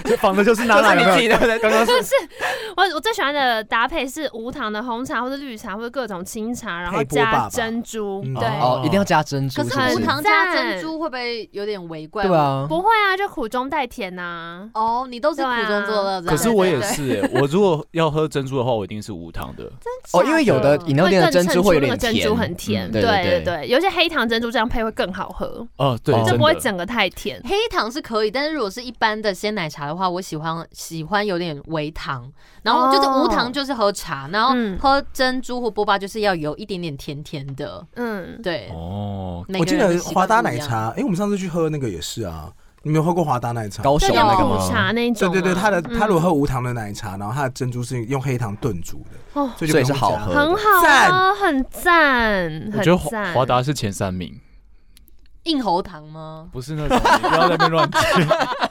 [SPEAKER 3] 这仿的就是娜娜，有没有？刚刚是
[SPEAKER 5] 我我最喜欢的搭配是无糖的红茶或者绿茶或者各种清茶，然后
[SPEAKER 6] 配波霸
[SPEAKER 5] 加
[SPEAKER 6] 吧
[SPEAKER 5] 珍珠，
[SPEAKER 6] 嗯
[SPEAKER 5] 对。
[SPEAKER 2] 哦，一定要加珍
[SPEAKER 4] 可
[SPEAKER 2] 珠，是
[SPEAKER 4] 是
[SPEAKER 2] 不
[SPEAKER 4] 无
[SPEAKER 2] 是？
[SPEAKER 4] 糖加珍珠会不会有点违规？
[SPEAKER 2] 对，啊，
[SPEAKER 5] 不会啊，就苦中带甜啊呐、
[SPEAKER 4] 哦，你都是苦中作
[SPEAKER 5] 啊
[SPEAKER 4] 乐这
[SPEAKER 3] 可
[SPEAKER 4] 样。
[SPEAKER 3] 是我也是欸，我如果要喝珍珠的话，我一定是无糖 的。
[SPEAKER 2] 哦，因为有的饮料
[SPEAKER 5] 会
[SPEAKER 2] 店
[SPEAKER 5] 更
[SPEAKER 2] 的珍
[SPEAKER 5] 衬
[SPEAKER 2] 珠
[SPEAKER 5] 出
[SPEAKER 2] 会有
[SPEAKER 5] 那个珍
[SPEAKER 2] 点甜，
[SPEAKER 5] 珠很甜，
[SPEAKER 2] 嗯
[SPEAKER 5] 对
[SPEAKER 2] 对
[SPEAKER 5] 对
[SPEAKER 2] 对
[SPEAKER 5] 对，有一些黑糖珍珠这样配会更好喝，
[SPEAKER 3] 哦，对
[SPEAKER 2] 哦，
[SPEAKER 5] 就
[SPEAKER 3] 真
[SPEAKER 5] 不会
[SPEAKER 3] 的。
[SPEAKER 5] 整个太甜。
[SPEAKER 4] 黑糖是可以，但是如果是一般的鲜奶茶的话，我喜欢喜欢有点微糖，然后就是
[SPEAKER 5] 哦
[SPEAKER 4] 无糖就是喝茶，然后
[SPEAKER 5] 嗯
[SPEAKER 4] 喝珍珠或波霸就是要有一点点甜甜的。
[SPEAKER 5] 嗯，
[SPEAKER 4] 对，
[SPEAKER 3] 哦，
[SPEAKER 4] 每
[SPEAKER 6] 我
[SPEAKER 4] 个
[SPEAKER 6] 记
[SPEAKER 4] 人
[SPEAKER 6] 得
[SPEAKER 4] 的习
[SPEAKER 6] 华
[SPEAKER 4] 惯
[SPEAKER 6] 达
[SPEAKER 4] 不一
[SPEAKER 6] 奶
[SPEAKER 4] 样，
[SPEAKER 6] 茶，哎、我们上次去喝那个也是啊，你没有喝过华达奶茶？
[SPEAKER 2] 高手
[SPEAKER 5] 就
[SPEAKER 4] 有
[SPEAKER 2] 那
[SPEAKER 5] 像
[SPEAKER 2] 个
[SPEAKER 5] 苦
[SPEAKER 2] 吗？
[SPEAKER 5] 茶那一
[SPEAKER 6] 对
[SPEAKER 5] 种啊，
[SPEAKER 6] 对对，它的它如
[SPEAKER 5] 嗯
[SPEAKER 6] 果喝无糖的奶茶，然后它的珍珠是用黑糖炖煮的，
[SPEAKER 5] 哦
[SPEAKER 6] 所以就
[SPEAKER 2] 所以
[SPEAKER 6] 不用
[SPEAKER 2] 是好
[SPEAKER 6] 加
[SPEAKER 2] 喝
[SPEAKER 5] 很好喝，啊很赞，
[SPEAKER 3] 我觉得
[SPEAKER 5] 很
[SPEAKER 3] 华
[SPEAKER 5] 赞。
[SPEAKER 3] 华达是前三名，
[SPEAKER 4] 硬喉糖吗？
[SPEAKER 3] 不是那种你不要在那边乱讲。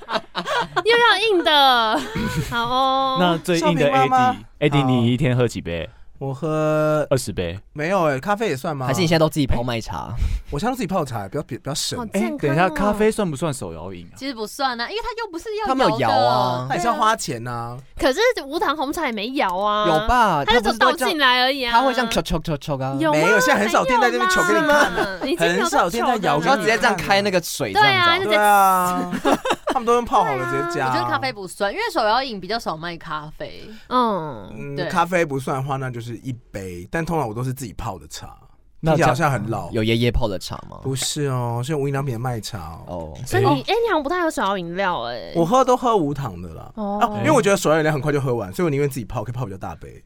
[SPEAKER 5] 又要硬的， 好哦。
[SPEAKER 3] 那最硬的
[SPEAKER 6] 少平妈妈
[SPEAKER 3] AD，AD
[SPEAKER 6] 好
[SPEAKER 3] 你一天喝几杯？
[SPEAKER 6] 我喝
[SPEAKER 3] 二十杯。
[SPEAKER 6] 没有哎、咖啡也算吗？
[SPEAKER 2] 还是你现在都自己泡麦茶？
[SPEAKER 6] 我现在都自己泡茶，不要比不要省
[SPEAKER 5] 好，
[SPEAKER 3] 哎
[SPEAKER 5] 健康、哦，
[SPEAKER 3] 等一下，咖啡算不算手摇饮啊？
[SPEAKER 4] 其实不算啊，因为它又不是要
[SPEAKER 2] 他们有
[SPEAKER 4] 摇
[SPEAKER 2] 摇
[SPEAKER 4] 的
[SPEAKER 2] 啊
[SPEAKER 6] 那也是要花钱啊呐、
[SPEAKER 5] 可是无糖红茶也没摇啊，
[SPEAKER 2] 有？吧？
[SPEAKER 5] 它就
[SPEAKER 2] 不
[SPEAKER 5] 只
[SPEAKER 2] 是都
[SPEAKER 5] 倒
[SPEAKER 2] 会这样
[SPEAKER 5] 进来而已啊，
[SPEAKER 2] 它会像 c h o c h o c h o c h 啊，
[SPEAKER 5] 有吗
[SPEAKER 6] 没有，现在很少店在那边求给你看，啊
[SPEAKER 5] 看，已经没有
[SPEAKER 6] 很少
[SPEAKER 5] 在
[SPEAKER 6] 店在
[SPEAKER 5] 求
[SPEAKER 6] 摇
[SPEAKER 5] 了
[SPEAKER 2] 我要
[SPEAKER 6] 杆
[SPEAKER 2] 直接这样开那个水这
[SPEAKER 5] 对啊
[SPEAKER 2] 样
[SPEAKER 5] 就
[SPEAKER 2] 子
[SPEAKER 5] 是
[SPEAKER 2] 啊。
[SPEAKER 6] 对啊， 他们都用泡好了直接加。
[SPEAKER 4] 我觉得咖啡，不算，因为手摇饮比较少卖咖啡。
[SPEAKER 5] 嗯，
[SPEAKER 6] 嗯
[SPEAKER 4] 对，
[SPEAKER 6] 咖啡不算的话，那就是一杯，但通常我都是自己泡的茶，
[SPEAKER 3] 那
[SPEAKER 6] 听起来好
[SPEAKER 3] 这样
[SPEAKER 6] 像很老，
[SPEAKER 2] 有爷爷泡的茶吗？
[SPEAKER 6] 不是哦，是无印良品的麦茶哦。
[SPEAKER 2] 哦，
[SPEAKER 5] 所以你哎，你好像不太喝手摇饮料哎，
[SPEAKER 6] 我喝都喝无糖的啦，啊
[SPEAKER 5] 哦
[SPEAKER 6] 因为我觉得手摇饮料很快就喝完，所以我宁愿自己泡，可以泡比较大杯，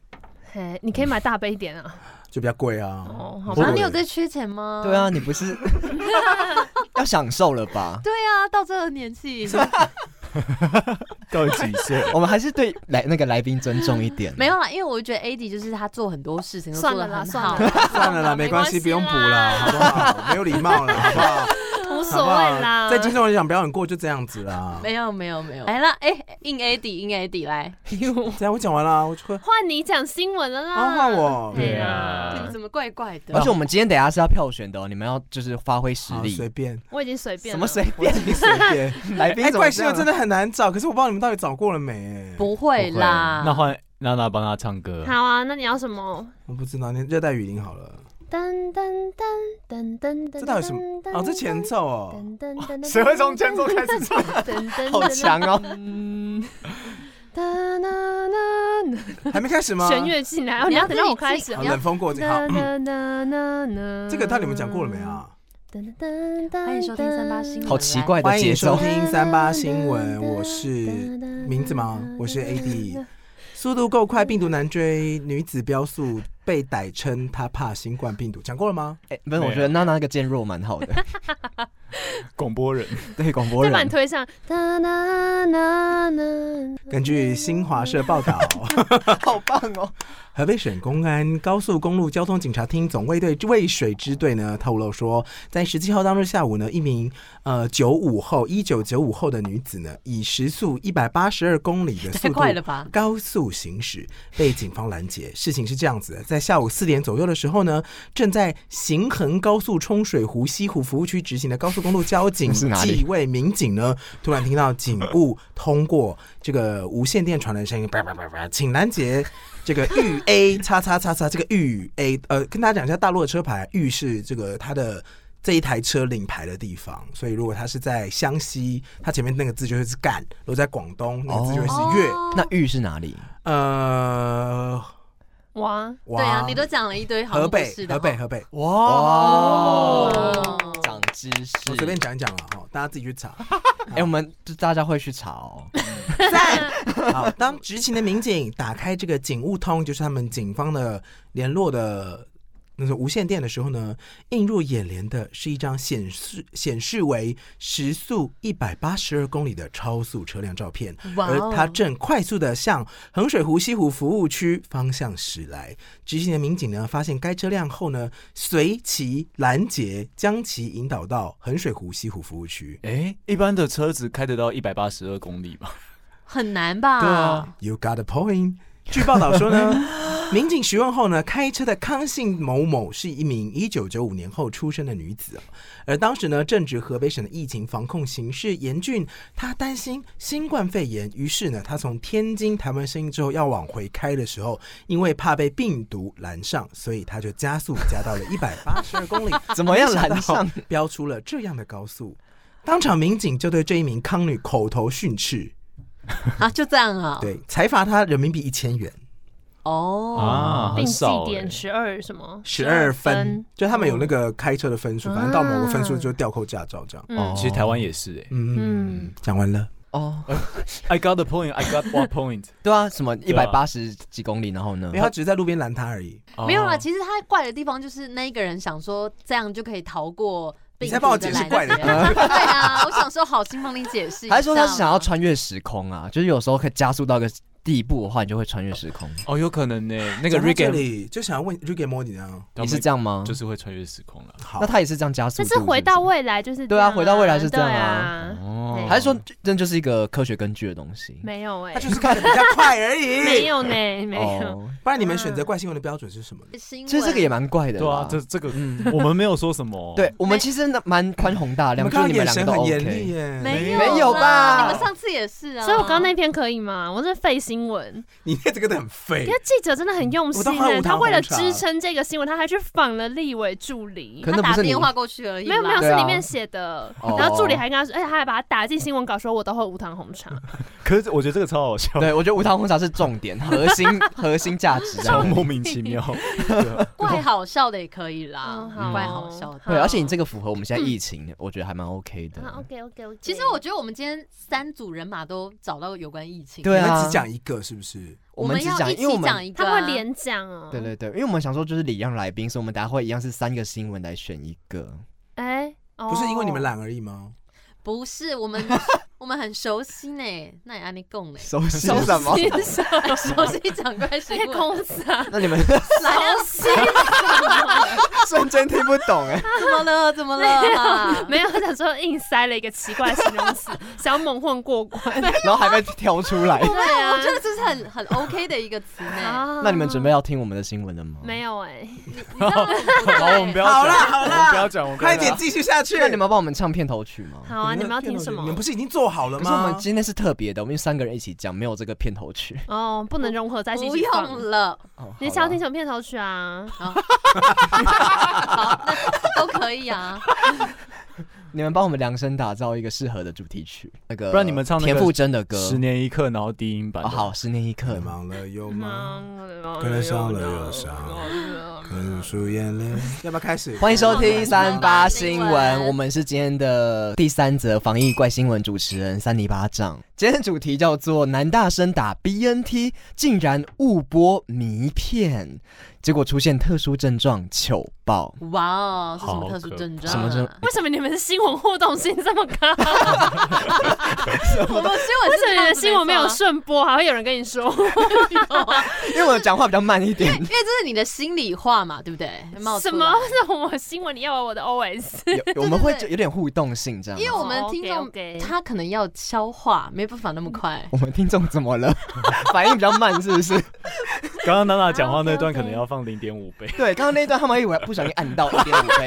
[SPEAKER 5] 嘿，你可以买大杯一点啊。
[SPEAKER 6] 就比较贵啊。
[SPEAKER 5] 哦好吧
[SPEAKER 6] 对
[SPEAKER 4] 啊，你有 在缺钱吗？
[SPEAKER 2] 对，啊，你不是要享受了吧？
[SPEAKER 4] 对啊，到这个年纪，
[SPEAKER 3] 到底几岁？
[SPEAKER 2] 我们还是对来那个来宾尊重一点。
[SPEAKER 4] 没有啦，因为我觉得 AD 就是他做很多事情
[SPEAKER 6] 哎
[SPEAKER 4] 都做
[SPEAKER 5] 算了
[SPEAKER 4] 得
[SPEAKER 5] 啦，
[SPEAKER 4] 很
[SPEAKER 5] 算
[SPEAKER 4] 好
[SPEAKER 5] 了，啦，
[SPEAKER 6] 算了啦，没关系，不用补了，好不好？没有礼貌了，好不好？
[SPEAKER 5] 无所
[SPEAKER 6] 好不
[SPEAKER 5] 谓
[SPEAKER 6] 好
[SPEAKER 5] 啦。
[SPEAKER 6] 在金钟奖表演过就这样子啦。
[SPEAKER 4] 没有没有没有，哎来了，哎、硬 AD 硬 AD 来，
[SPEAKER 6] 这样我讲完啦，我就会
[SPEAKER 5] 换你讲新闻了啦，
[SPEAKER 6] 啊换我
[SPEAKER 5] 对
[SPEAKER 3] 对啊
[SPEAKER 5] 啊，
[SPEAKER 4] 怎么怪怪的
[SPEAKER 2] 而？且我们今天等一下是要票选的哦，你们要就是发挥实
[SPEAKER 6] 好
[SPEAKER 2] 力
[SPEAKER 6] 随，便。
[SPEAKER 5] 我已经随便
[SPEAKER 2] 什
[SPEAKER 5] 了
[SPEAKER 2] 么随便？
[SPEAKER 6] 随便，
[SPEAKER 2] 来宾
[SPEAKER 6] 哎，
[SPEAKER 2] 怎么
[SPEAKER 6] 怪
[SPEAKER 2] 这
[SPEAKER 6] 事
[SPEAKER 2] 样啊
[SPEAKER 6] 又真的很难找，可是我不知道你们到底找过了没。哎
[SPEAKER 4] 不会啦，
[SPEAKER 3] 那换娜娜帮她唱歌。
[SPEAKER 5] 好啊，那你要什么？
[SPEAKER 6] 我不知道，那热带雨林好了。
[SPEAKER 5] 噔噔噔噔噔噔，
[SPEAKER 6] 这到底什么？哦，这前奏哦。
[SPEAKER 5] 噔噔噔 噔，
[SPEAKER 3] 谁会从前奏开始唱？
[SPEAKER 5] 噔噔，
[SPEAKER 2] 好强哦！
[SPEAKER 5] 哒啦啦呢？
[SPEAKER 6] 还没开始吗？
[SPEAKER 5] 弦乐进来，哦你要等到我开
[SPEAKER 4] 你
[SPEAKER 5] 始
[SPEAKER 4] 要
[SPEAKER 5] 啊
[SPEAKER 6] 好，
[SPEAKER 4] 自己。
[SPEAKER 6] 冷风过境。好，嗯这
[SPEAKER 5] 这
[SPEAKER 6] 个到底我们讲过了没？啊？
[SPEAKER 5] 欢
[SPEAKER 1] 迎收听380新闻
[SPEAKER 2] 好奇怪的
[SPEAKER 6] 欢
[SPEAKER 2] 节
[SPEAKER 6] 迎收
[SPEAKER 2] 奏。
[SPEAKER 6] 听三八新闻，我是名字吗？我是 AD。速度够快，病毒难追。女子标速被逮称她怕新冠病毒，讲过了吗？
[SPEAKER 2] 哎，不是，我觉得娜娜那个渐弱蛮好的，
[SPEAKER 3] 广播人，
[SPEAKER 2] 对广播
[SPEAKER 5] 再把
[SPEAKER 2] 人
[SPEAKER 5] 你。推上。哒哒哒哒
[SPEAKER 6] 根据新华社报道，
[SPEAKER 2] 好棒哦！
[SPEAKER 6] 河北省公安高速公路交通警察厅总卫队渭水支队呢透露说，在十七号当日下午呢，一名呃九五后一九九五后的女子呢，以时速一百八十二公里的速
[SPEAKER 4] 太
[SPEAKER 6] 度
[SPEAKER 4] 快了吧？
[SPEAKER 6] 高速行驶被警方拦截。事情是这样子的，在下午四点左右的时候呢，正在行横高速冲水湖西湖服务区执行的高速公路交警
[SPEAKER 2] 是哪里
[SPEAKER 6] 几位民警呢，突然听到警务通过这个无线电传来的声音，叭叭叭叭，请拦截。这个豫 A 叉叉叉叉，这个豫 A，呃，跟大家讲一下大陆的车牌，豫是这个它的这一台车领牌的地方，所以如果它是在湘西，它前面那个字就是干；如果在广东，那个字就会是粤。
[SPEAKER 4] 哦
[SPEAKER 2] 那玉是哪里？
[SPEAKER 6] 呃，
[SPEAKER 5] 哇，
[SPEAKER 6] 哇
[SPEAKER 4] 对啊，你都讲了一堆好
[SPEAKER 6] 河
[SPEAKER 4] 像不
[SPEAKER 6] 北
[SPEAKER 4] 是，的
[SPEAKER 6] 河北，河北，
[SPEAKER 2] 哇
[SPEAKER 4] 哦
[SPEAKER 2] 长知识。
[SPEAKER 6] 我随便讲一讲了哈，大家自己去查。
[SPEAKER 2] 哎，我们就大家会去查哦。
[SPEAKER 6] 好，当执勤的民警打开这个警务通，就是他们警方的联络的那种无线电的时候呢，映入眼帘的是一张显示显示为时速一百八十二公里的超速车辆照片，
[SPEAKER 4] 哇
[SPEAKER 6] 而
[SPEAKER 4] 哦
[SPEAKER 6] 它正快速的向衡水湖西湖服务区方向驶来。执勤的民警呢，发现该车辆后呢，随其拦截，将其引导到衡水湖西湖服务区。
[SPEAKER 3] 哎、一般的车子开得到一百八十二公里吗？
[SPEAKER 4] 很难吧？
[SPEAKER 3] 对啊，
[SPEAKER 6] You got a point。据报道说 呢，民警询问后呢，开车的康姓某某是一名一九九五年后出生的女子哦，而当时呢正值河北省的疫情防控形势严峻，她担心新冠肺炎，于是呢，她从天津台湾生意之后要往回开的时候，因为怕被病毒拦上，所以她就加速加 到了一百八十二公里，
[SPEAKER 2] 怎么样拦上？
[SPEAKER 6] 标出了这样的高速。当场民警就对这一名康女口头训斥，
[SPEAKER 4] 啊，就这样啊。
[SPEAKER 6] 对，裁罚她人民币一千元。
[SPEAKER 4] 哦，
[SPEAKER 3] 啊，
[SPEAKER 5] 并
[SPEAKER 3] 很
[SPEAKER 5] 记
[SPEAKER 3] 少、欸
[SPEAKER 5] 点。十二什么？
[SPEAKER 6] 十二分哦
[SPEAKER 5] 分，
[SPEAKER 6] 就他们有那个开车的分数，
[SPEAKER 5] 嗯
[SPEAKER 6] 反正到某个分数就吊扣驾照这样。
[SPEAKER 5] 嗯
[SPEAKER 3] 其实台湾也是哎、
[SPEAKER 6] 嗯，讲完了，
[SPEAKER 2] 哦，
[SPEAKER 3] I got the point, I got one point
[SPEAKER 2] 对啊，什么一
[SPEAKER 3] 对
[SPEAKER 2] 百
[SPEAKER 3] 啊
[SPEAKER 2] 八十几公里，然后呢
[SPEAKER 6] 没？有，他只是在路边拦他而已。
[SPEAKER 3] 哦。
[SPEAKER 4] 没有啦。其实他怪的地方就是那一个人想说这样就可以逃过
[SPEAKER 6] 你
[SPEAKER 4] 病毒
[SPEAKER 6] 才帮我解释
[SPEAKER 4] 拦
[SPEAKER 6] 怪的
[SPEAKER 4] 截 对啊，我想说好心帮你解释一下嘛。
[SPEAKER 2] 还是说他是想要穿越时空啊？就是有时候可以加速到一个地步的话，你就会穿越时空。
[SPEAKER 3] 哦，有可能呢、那
[SPEAKER 6] 那
[SPEAKER 3] 个 r i g a n
[SPEAKER 6] 这里就想要问 Ricky m o d y 啊，
[SPEAKER 2] 你是这样吗？
[SPEAKER 3] 就是会穿越时空了。
[SPEAKER 6] 好
[SPEAKER 2] 那，他也是这样加速
[SPEAKER 5] 但
[SPEAKER 2] 度？
[SPEAKER 5] 是回到
[SPEAKER 2] 是不
[SPEAKER 5] 未来就是
[SPEAKER 2] 对啊回到未来是这
[SPEAKER 5] 这
[SPEAKER 2] 样
[SPEAKER 5] 样
[SPEAKER 2] 啊
[SPEAKER 5] 啊，
[SPEAKER 3] 哦
[SPEAKER 2] 是，还是说这就是一个科学根据的东西？
[SPEAKER 5] 没有哎
[SPEAKER 6] 他，就是开的比较快而
[SPEAKER 5] 没
[SPEAKER 6] 已。
[SPEAKER 5] 有呢，没有。
[SPEAKER 2] 哦，
[SPEAKER 6] 不然你们选择怪新闻的标准是什么呢？
[SPEAKER 4] 新闻？
[SPEAKER 2] 其实这个也蛮怪的啦。
[SPEAKER 3] 对啊，这这个
[SPEAKER 2] 嗯，
[SPEAKER 3] 我们没有说什 么。
[SPEAKER 2] 对我们其实呢蛮宽宏大
[SPEAKER 6] 你
[SPEAKER 2] 量，
[SPEAKER 6] 们
[SPEAKER 2] 就是
[SPEAKER 6] 刚刚
[SPEAKER 2] 你们
[SPEAKER 6] 眼
[SPEAKER 2] 两个
[SPEAKER 6] 神
[SPEAKER 2] 都
[SPEAKER 6] 很严厉
[SPEAKER 2] OK。
[SPEAKER 6] 耶，
[SPEAKER 4] 没
[SPEAKER 2] 没有吧
[SPEAKER 4] 啦你们上次也是啊。
[SPEAKER 5] 所以我刚刚那篇可以吗？我是废新闻，
[SPEAKER 6] 你念这个的很废
[SPEAKER 5] 因为。记者真的很用心
[SPEAKER 6] 我都快
[SPEAKER 5] 哎，
[SPEAKER 6] 无糖
[SPEAKER 5] 他为了
[SPEAKER 6] 红茶
[SPEAKER 5] 支撑这个新闻，他还去访了立委助理
[SPEAKER 2] 可。
[SPEAKER 4] 他
[SPEAKER 2] 能不
[SPEAKER 4] 打
[SPEAKER 2] 是你
[SPEAKER 4] 电话过去而已啦。
[SPEAKER 5] 没有没有，
[SPEAKER 2] 对
[SPEAKER 5] 是
[SPEAKER 2] 啊
[SPEAKER 5] 里面写的。
[SPEAKER 2] 哦
[SPEAKER 5] 然后助理还跟他说，而且他还把他打进新闻稿，说我都喝无糖红茶，
[SPEAKER 3] 可是我觉得这个超好笑，
[SPEAKER 2] 对，我觉得无糖红茶是重点，核心核心价值这
[SPEAKER 3] 超
[SPEAKER 2] 样。
[SPEAKER 3] 莫名其 妙。对啊
[SPEAKER 4] 怪好笑的也可以啦
[SPEAKER 5] 嗯好，
[SPEAKER 4] 怪好嗯笑的。
[SPEAKER 2] 对，而啊且你这个符合我们现在疫情，我觉得还蛮 OK 的。
[SPEAKER 5] OK OK OK。
[SPEAKER 4] 其实我觉得我们今天三组人马都找到有关疫情。
[SPEAKER 2] 对
[SPEAKER 6] 你
[SPEAKER 2] 啊
[SPEAKER 6] 们只讲一个是不是？
[SPEAKER 4] 我
[SPEAKER 2] 们
[SPEAKER 4] 们
[SPEAKER 2] 只
[SPEAKER 4] 要
[SPEAKER 2] 讲，
[SPEAKER 4] 一
[SPEAKER 2] 因为我
[SPEAKER 4] 起
[SPEAKER 2] 们
[SPEAKER 4] 讲一个
[SPEAKER 5] 他
[SPEAKER 4] 啊，
[SPEAKER 5] 们会连讲哦。
[SPEAKER 2] 对对啊对，因为我们想说就是礼让来宾，所以我们大家会一样是三个新闻来选一个。
[SPEAKER 5] 哎，哦
[SPEAKER 6] 不是因为你们，懒而已吗？
[SPEAKER 4] 不是我 们，我们很熟悉呢。那也还没供 呢，
[SPEAKER 2] 熟悉什么？
[SPEAKER 5] 其实
[SPEAKER 4] 熟悉长官是
[SPEAKER 5] 那些公司啊， 哦
[SPEAKER 2] 那你们
[SPEAKER 4] 来了，
[SPEAKER 2] 瞬间听不懂哎。
[SPEAKER 4] 怎么了？怎么了啊？
[SPEAKER 5] 没有，他想说硬塞了一个奇怪的形容词，想要蒙混过关。
[SPEAKER 2] 然后还被挑出来。
[SPEAKER 4] 没有，我觉得这啊是很 很 OK 的一个词呢。
[SPEAKER 5] 啊
[SPEAKER 2] 那你们准备要听我们的新闻了吗？
[SPEAKER 5] 没有哎？
[SPEAKER 4] 你知道很不对
[SPEAKER 3] 好，我们不要
[SPEAKER 6] 好
[SPEAKER 3] 讲，
[SPEAKER 6] 啦好
[SPEAKER 3] 我
[SPEAKER 6] 啦
[SPEAKER 3] 们不要讲，我们不要
[SPEAKER 6] 快
[SPEAKER 3] 讲
[SPEAKER 6] 点继续下去。
[SPEAKER 2] 那你们要帮我们唱片头曲吗？
[SPEAKER 5] 好啊，你们要听什么
[SPEAKER 6] 你们？不是已经做好了
[SPEAKER 2] 可是我们
[SPEAKER 6] 吗？
[SPEAKER 2] 今天是特别的，我们三个人一起讲，没有这个片头曲。
[SPEAKER 5] 哦，不能融合在一起。
[SPEAKER 4] 不用，了，
[SPEAKER 2] 哦
[SPEAKER 5] 你想要听什么片头曲啊？
[SPEAKER 4] 好，那都可以啊。
[SPEAKER 2] 你们帮我们量身打造一个适合的主题曲，那个
[SPEAKER 3] 不然你们唱那个
[SPEAKER 2] 田馥甄的歌。
[SPEAKER 3] 十年一刻，然后低音版
[SPEAKER 2] 哦，
[SPEAKER 3] 的
[SPEAKER 2] 好，，十年一刻
[SPEAKER 6] 太，忙了又忙，可
[SPEAKER 5] 可
[SPEAKER 6] 能伤啊了又伤，可能数眼泪。要不要开始？
[SPEAKER 2] 欢迎收听三八
[SPEAKER 4] 三
[SPEAKER 2] 新
[SPEAKER 4] 八新
[SPEAKER 2] 闻，
[SPEAKER 4] 闻
[SPEAKER 2] 我们是今天的第三则防疫怪新闻，主持人三泥巴掌。今天主题叫做男大生打 BNT 竟然误拨迷片，结果出现特殊症状糗爆，
[SPEAKER 4] 哇哦，是什么
[SPEAKER 3] 好
[SPEAKER 4] 特殊
[SPEAKER 3] 可
[SPEAKER 4] 症状？
[SPEAKER 2] 什么症？
[SPEAKER 5] 为什么你们的新闻互动性这么高？
[SPEAKER 4] 我们新闻
[SPEAKER 5] 为
[SPEAKER 4] 是
[SPEAKER 5] 什么
[SPEAKER 4] 这
[SPEAKER 5] 你
[SPEAKER 4] 样
[SPEAKER 5] 的
[SPEAKER 4] 子
[SPEAKER 5] 新闻没有
[SPEAKER 4] 错啊
[SPEAKER 5] 顺播，还会有人跟你说？
[SPEAKER 4] 啊
[SPEAKER 2] 因为我讲话比较慢一点，
[SPEAKER 4] 因为这是你的心里话嘛，对不对？冒出来
[SPEAKER 5] 什么？是我新闻？你要我的 OS？
[SPEAKER 2] 有我们会就有点互动性这样。
[SPEAKER 4] 因为我们
[SPEAKER 5] 哦
[SPEAKER 4] 听众
[SPEAKER 5] OK，OK
[SPEAKER 4] 他可能要消化，没办法那么快。
[SPEAKER 2] 我们听众怎么了？ 反应比较慢是不是？
[SPEAKER 3] 刚刚娜娜讲话那
[SPEAKER 5] OK，OK
[SPEAKER 3] 段可能要放零点五 倍。
[SPEAKER 2] 对，刚刚那一段他们以为不小心按到一点五倍，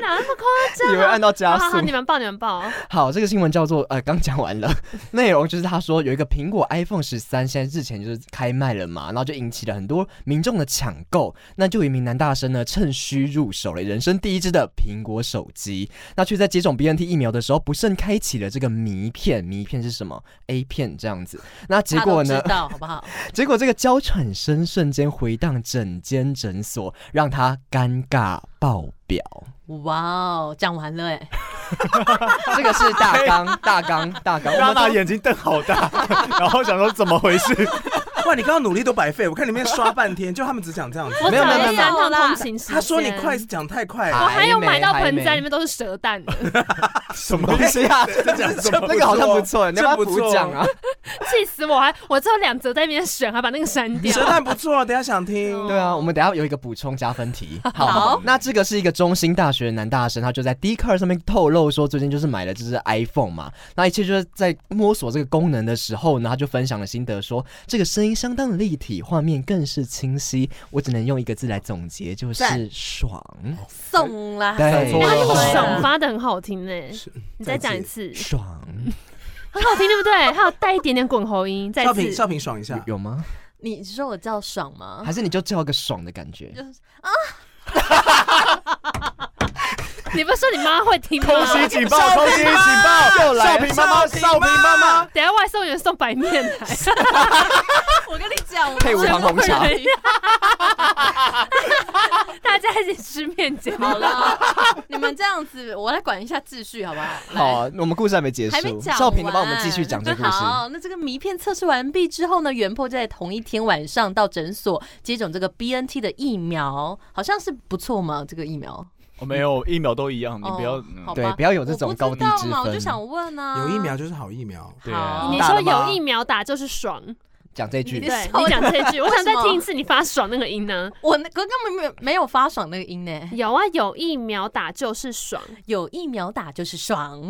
[SPEAKER 5] 哪那么夸
[SPEAKER 2] 以为按到加
[SPEAKER 5] 张？好
[SPEAKER 2] 速
[SPEAKER 5] 好，。你们报，你们报。
[SPEAKER 2] 好，这个新闻叫做呃，刚讲完 了，内容就是他说有一个苹果 iPhone 十三，现在日前就是开卖了嘛，然后就引起了很多民众的抢购。那就有一名男大生呢，趁虚入手了人生第一只的苹果手机，那却在接种 BNT 疫苗的时候不慎开启了这个迷片，迷片是什么？A 片这样子。那结
[SPEAKER 4] 他都
[SPEAKER 2] 果呢
[SPEAKER 4] 知？道好不好？
[SPEAKER 2] 结果这个娇喘声瞬间回荡整间诊所，让他尴尬爆 表。
[SPEAKER 4] 哇哦，讲完了哎，
[SPEAKER 2] 这个是大纲，大纲，大纲。我
[SPEAKER 3] 娜
[SPEAKER 2] 们
[SPEAKER 3] 娜眼睛瞪好大， 然后想说怎么回 事？
[SPEAKER 6] 哇，你刚刚努力都白费，我看里面刷半天，就他们只讲这样子。
[SPEAKER 5] 我
[SPEAKER 2] 没有
[SPEAKER 5] 找
[SPEAKER 2] 没有
[SPEAKER 5] 了
[SPEAKER 2] 没有
[SPEAKER 5] 三趟
[SPEAKER 4] 没有
[SPEAKER 5] 通勤时间
[SPEAKER 6] 他说你快，讲太快，
[SPEAKER 5] 我还有
[SPEAKER 2] 还没
[SPEAKER 5] 买到
[SPEAKER 2] 还
[SPEAKER 5] 盆栽，
[SPEAKER 2] 没
[SPEAKER 5] 里面都是蛇蛋的，
[SPEAKER 3] 什么
[SPEAKER 2] 东西啊？这
[SPEAKER 6] 讲什么
[SPEAKER 2] 那个好像不错，你要不要补讲啊？
[SPEAKER 5] 气死我！还我最后两则在那边选，还把那个删掉
[SPEAKER 6] 舌。蛋不错，等一下想听。
[SPEAKER 2] 对啊，我们等一下有一个补充加分 题。
[SPEAKER 4] 好，
[SPEAKER 2] 那这个是一个中兴大学的男大生，他就在 d c a r 上面透露说，最近就是买了这只 iPhone 嘛，那一切就是在摸索这个功能的时候呢，他就分享了心得说，这个声音相当的立体，画面更是清晰，我只能用一个字来总结，就是
[SPEAKER 4] 赞
[SPEAKER 2] 爽。
[SPEAKER 4] 送啦，
[SPEAKER 2] 对
[SPEAKER 4] 送
[SPEAKER 5] 哎
[SPEAKER 2] 我
[SPEAKER 5] 他那个
[SPEAKER 4] 啦
[SPEAKER 5] 爽发的很好听呢，你再讲一次，
[SPEAKER 2] 爽
[SPEAKER 5] 很好听对不对？还有带一点点滚喉音，再一
[SPEAKER 6] 少平，
[SPEAKER 5] 次
[SPEAKER 6] 少平爽一下
[SPEAKER 2] 有。有吗？
[SPEAKER 4] 你说我叫爽吗？
[SPEAKER 2] 还是你就叫个爽的感觉？
[SPEAKER 5] 你不是说你妈会听吗？
[SPEAKER 3] 警报！空袭警报！又来少平妈妈，少平妈妈，
[SPEAKER 5] 等一下外送员送白面来，
[SPEAKER 4] 我跟你讲，我
[SPEAKER 2] 配无糖红茶。
[SPEAKER 5] 大家一起吃面饺。
[SPEAKER 4] 好了，你们这样子，我来管一下秩序好不好？来
[SPEAKER 2] 好、啊，我们故事还没结
[SPEAKER 4] 还没
[SPEAKER 2] 束，
[SPEAKER 4] 讲完，
[SPEAKER 2] 少平的帮我们继续讲这故事。
[SPEAKER 4] 好， 那这个迷片测试完毕之后呢，袁破就在同一天晚上到诊所接种这个 BNT 的疫苗，好像是不错嘛，这个疫苗。
[SPEAKER 3] 我哦没有一秒都一样，你不要嗯
[SPEAKER 4] 哦好吧
[SPEAKER 2] 对，不要有
[SPEAKER 4] 我
[SPEAKER 2] 这种
[SPEAKER 4] 不知
[SPEAKER 2] 高低
[SPEAKER 4] 道
[SPEAKER 2] 之
[SPEAKER 4] 嘛，我就
[SPEAKER 2] 分。
[SPEAKER 4] 想问啊，
[SPEAKER 6] 有疫苗就是好疫苗，
[SPEAKER 3] 对啊
[SPEAKER 4] 好
[SPEAKER 5] 你说有疫苗打就是爽，
[SPEAKER 2] 讲这句
[SPEAKER 4] 你，
[SPEAKER 5] 对你讲这句，我想再
[SPEAKER 4] 为什么
[SPEAKER 5] 听一次你发爽那个音呢？
[SPEAKER 4] 我那我根本没有没有发爽那个音呢，
[SPEAKER 5] 有啊，有疫苗打就是爽，
[SPEAKER 4] 有疫苗打就是 爽，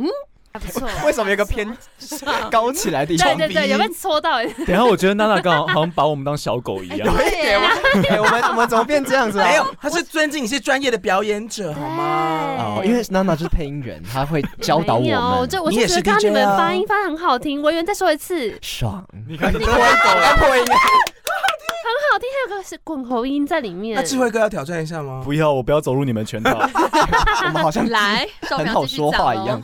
[SPEAKER 5] 还不错。
[SPEAKER 2] 为什么有一个偏 高起来的地方
[SPEAKER 5] 对？ 对对，有被戳到，
[SPEAKER 3] 等一下，我觉得娜娜刚好好像把我们当小狗一样。
[SPEAKER 2] 有一点，我哎我们我们怎么变这样子啊？
[SPEAKER 6] 没有，哎他是尊敬你是专业的表演者，好吗？
[SPEAKER 2] 哦，因为娜娜就是配音员，她会教导我
[SPEAKER 5] 没有，我
[SPEAKER 2] 们。
[SPEAKER 5] 就我
[SPEAKER 6] 你
[SPEAKER 5] 就
[SPEAKER 6] 也
[SPEAKER 5] 觉
[SPEAKER 6] 是
[SPEAKER 5] 得刚刚你
[SPEAKER 6] DJ
[SPEAKER 5] 们
[SPEAKER 6] 啊
[SPEAKER 5] 发音发的很好听，我以为再说一次，很
[SPEAKER 2] 爽，
[SPEAKER 3] 你看，你
[SPEAKER 2] 我狗来破音。
[SPEAKER 5] 好啊听，还有个是滚喉音在里面
[SPEAKER 6] 那。啊智慧哥要挑战一下吗？
[SPEAKER 3] 不要，我不要走入你们圈 套。
[SPEAKER 2] 我们好像
[SPEAKER 4] 来，少
[SPEAKER 2] 很
[SPEAKER 4] 平
[SPEAKER 2] 好
[SPEAKER 4] 继续
[SPEAKER 2] 说
[SPEAKER 4] 讲
[SPEAKER 2] 话
[SPEAKER 4] 咯
[SPEAKER 2] 一样。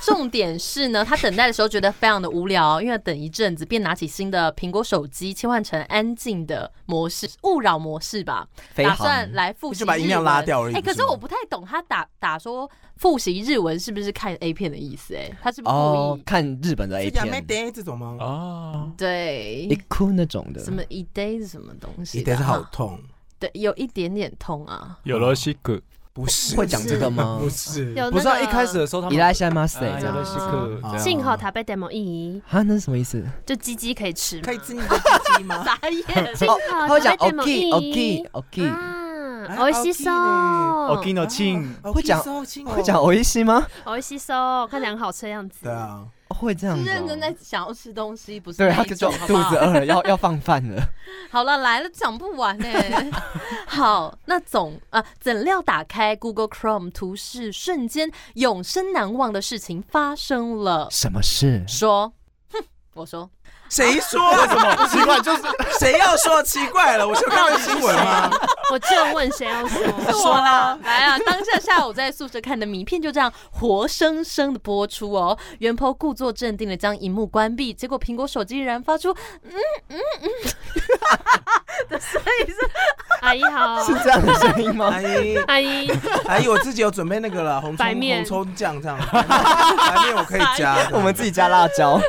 [SPEAKER 4] 重点是呢，他等待的时候觉得非常的无聊，因为等一阵子便拿起新的苹果手机，切换成安静的模式，勿扰模式吧，
[SPEAKER 2] 飞
[SPEAKER 4] 打
[SPEAKER 2] 航
[SPEAKER 4] 算来复习
[SPEAKER 6] 就把音量
[SPEAKER 4] 日文
[SPEAKER 6] 拉掉而已
[SPEAKER 4] 哎、
[SPEAKER 6] 不
[SPEAKER 4] 可
[SPEAKER 6] 是
[SPEAKER 4] 是
[SPEAKER 6] 吗
[SPEAKER 4] 我不太懂他打打说复习日文是不是看 A 片的意思、哎，他是不是故
[SPEAKER 2] 哦
[SPEAKER 4] 意？，
[SPEAKER 2] 看日本的 A
[SPEAKER 6] 是亚妹
[SPEAKER 2] 片，
[SPEAKER 6] d 这种吗？
[SPEAKER 3] 啊，
[SPEAKER 4] 对
[SPEAKER 2] 一，哭那种的
[SPEAKER 4] 什。么一 day 是什么东西
[SPEAKER 6] 你
[SPEAKER 4] 的啊？
[SPEAKER 6] d 是好痛，
[SPEAKER 4] 对，有一点点痛啊。
[SPEAKER 3] 有了西哥，
[SPEAKER 6] 不是
[SPEAKER 2] 会讲这个吗
[SPEAKER 6] 不是，
[SPEAKER 5] 有那
[SPEAKER 3] 不是啊
[SPEAKER 5] 个
[SPEAKER 3] 一开始的时候他
[SPEAKER 2] 伊
[SPEAKER 3] 们
[SPEAKER 2] 拉夏马
[SPEAKER 3] 哎有
[SPEAKER 2] 塞，
[SPEAKER 3] 了西哥，
[SPEAKER 2] 嗯
[SPEAKER 3] 这样
[SPEAKER 5] 幸好他被 demo 一，
[SPEAKER 2] 啊，那是什么意思？
[SPEAKER 5] 就鸡鸡可以吃嘛。啊
[SPEAKER 6] 可以吃你的鸡鸡吗？
[SPEAKER 4] 傻眼，
[SPEAKER 2] 哦，他会讲
[SPEAKER 5] 他被 demo
[SPEAKER 2] OK
[SPEAKER 5] 一
[SPEAKER 2] OK OK，
[SPEAKER 5] 啊，
[SPEAKER 6] 哎
[SPEAKER 5] おいしそ
[SPEAKER 3] 哦
[SPEAKER 5] う，
[SPEAKER 3] ，Gino 亲，
[SPEAKER 6] 哦
[SPEAKER 2] 会讲
[SPEAKER 6] 亲哦亲哦
[SPEAKER 2] 会讲欧一西吗？
[SPEAKER 5] おいしそう，看起来很好吃的样子。
[SPEAKER 6] 对啊，
[SPEAKER 2] 哦会这样
[SPEAKER 4] 是
[SPEAKER 2] 子哦。
[SPEAKER 4] 认真在想要吃东西，不是
[SPEAKER 2] 对，
[SPEAKER 4] 那
[SPEAKER 2] 他
[SPEAKER 4] 一
[SPEAKER 2] 就
[SPEAKER 4] 种
[SPEAKER 2] 说
[SPEAKER 4] 好不
[SPEAKER 2] 肚
[SPEAKER 4] 好
[SPEAKER 2] 子饿了，要 要放饭了。
[SPEAKER 4] 好了，来了，讲不完呢、 好，那总啊，怎料打开 Google Chrome 图示，瞬间永生难忘的事情发生了。
[SPEAKER 2] 什么事？
[SPEAKER 4] 说，哼，我说，
[SPEAKER 6] 谁说啊？怎么不奇怪？就是谁要说奇怪了？我是有看到新闻吗？
[SPEAKER 5] 我就问谁要说，
[SPEAKER 4] 错啦！来啊，当下下午在宿舍看的名片就这样活生生的播出哦。袁坡故作镇定的将荧幕关闭，结果苹果手机仍然发出
[SPEAKER 5] 阿姨好，
[SPEAKER 2] 是这样的声音吗
[SPEAKER 6] 阿？姨，
[SPEAKER 5] 阿姨，
[SPEAKER 6] 阿姨，我自己有准备那个了，红葱
[SPEAKER 5] 白面
[SPEAKER 6] 红葱酱这样，白面我可以加。
[SPEAKER 2] 我们自己加辣椒，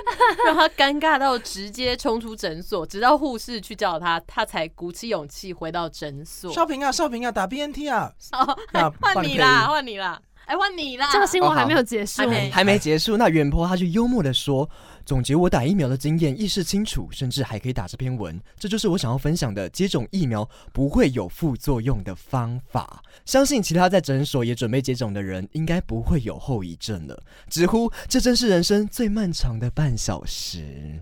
[SPEAKER 4] 让他尴尬到直接冲出诊所，直到护士去叫他，他才鼓起勇气回到诊所。
[SPEAKER 6] 少平啊，少平啊，打 BNT 啊，
[SPEAKER 4] 哦，
[SPEAKER 6] 那
[SPEAKER 4] 换你啦，换你啦，哎，换你啦！
[SPEAKER 5] 这个新闻还没有结束
[SPEAKER 6] 啊
[SPEAKER 4] 还。没
[SPEAKER 2] 还没结束。那远坡他就幽默的说：“总结我打疫苗的经验，意识清楚，甚至还可以打这篇文，这就是我想要分享的接种疫苗不会有副作用的方法。相信其他在诊所也准备接种的人，应该不会有后遗症了。直呼这真是人生最漫长的半小时。”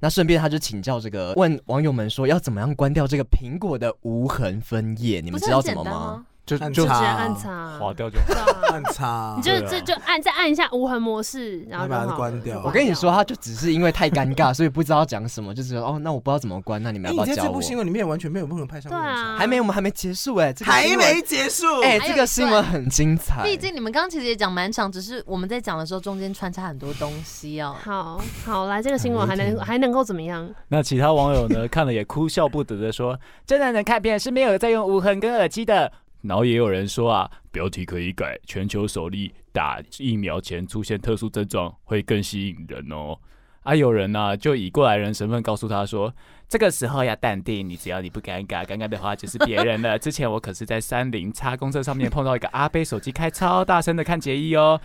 [SPEAKER 2] 那顺便，他就请教这个问网友们说，要怎么样关掉这个苹果的无痕分页？你
[SPEAKER 4] 不
[SPEAKER 2] 们
[SPEAKER 4] 是
[SPEAKER 2] 知道
[SPEAKER 4] 很
[SPEAKER 2] 怎
[SPEAKER 4] 简
[SPEAKER 2] 么
[SPEAKER 4] 单
[SPEAKER 2] 吗？
[SPEAKER 4] 吗？
[SPEAKER 3] 就
[SPEAKER 6] 按
[SPEAKER 3] 就
[SPEAKER 5] 只
[SPEAKER 6] 叉
[SPEAKER 5] 能按叉，
[SPEAKER 3] 划掉就好。
[SPEAKER 5] 对啊
[SPEAKER 6] 按叉
[SPEAKER 5] 你。就这就按再按一下无痕模式，然后就
[SPEAKER 6] 把它
[SPEAKER 5] 好了
[SPEAKER 6] 关掉
[SPEAKER 5] 就
[SPEAKER 2] 我跟你说，他就只是因为太尴尬，所以不知道讲什么，就只有哦，那我不知道怎么关，那你
[SPEAKER 6] 哎，
[SPEAKER 2] 们要
[SPEAKER 6] 你
[SPEAKER 2] 不
[SPEAKER 6] 在
[SPEAKER 2] 要
[SPEAKER 6] 这
[SPEAKER 2] 教
[SPEAKER 6] 部
[SPEAKER 2] 我？
[SPEAKER 6] 新闻里面完全没有任何派上
[SPEAKER 5] 对
[SPEAKER 6] 用场。
[SPEAKER 5] 啊，
[SPEAKER 2] 还没，我们还没结束哎、这个
[SPEAKER 6] 还
[SPEAKER 2] 新闻
[SPEAKER 6] 没结束，
[SPEAKER 2] 哎、
[SPEAKER 4] 还有
[SPEAKER 2] 这个
[SPEAKER 4] 一
[SPEAKER 2] 新
[SPEAKER 4] 段
[SPEAKER 2] 闻很精彩。
[SPEAKER 4] 毕竟你们刚刚其实也讲蛮长，只是我们在讲的时候中间穿插很多东西哦。
[SPEAKER 5] 好好来这个新闻还能还能够怎么样？
[SPEAKER 3] 那其他网友呢，看了也哭笑不得的说，真男人看片是没有在用无痕跟耳机的。然后也有人说啊，标题可以改，全球首例打疫苗前出现特殊症状会更吸引人哦。啊，有人呢、就以过来人身份告诉他说，这个时候要淡定，你只要你不尴尬，尴尬的话就是别人 了。之前我可是在三零叉公车上面碰到一个阿贝手机开超大声的看杰伊哦，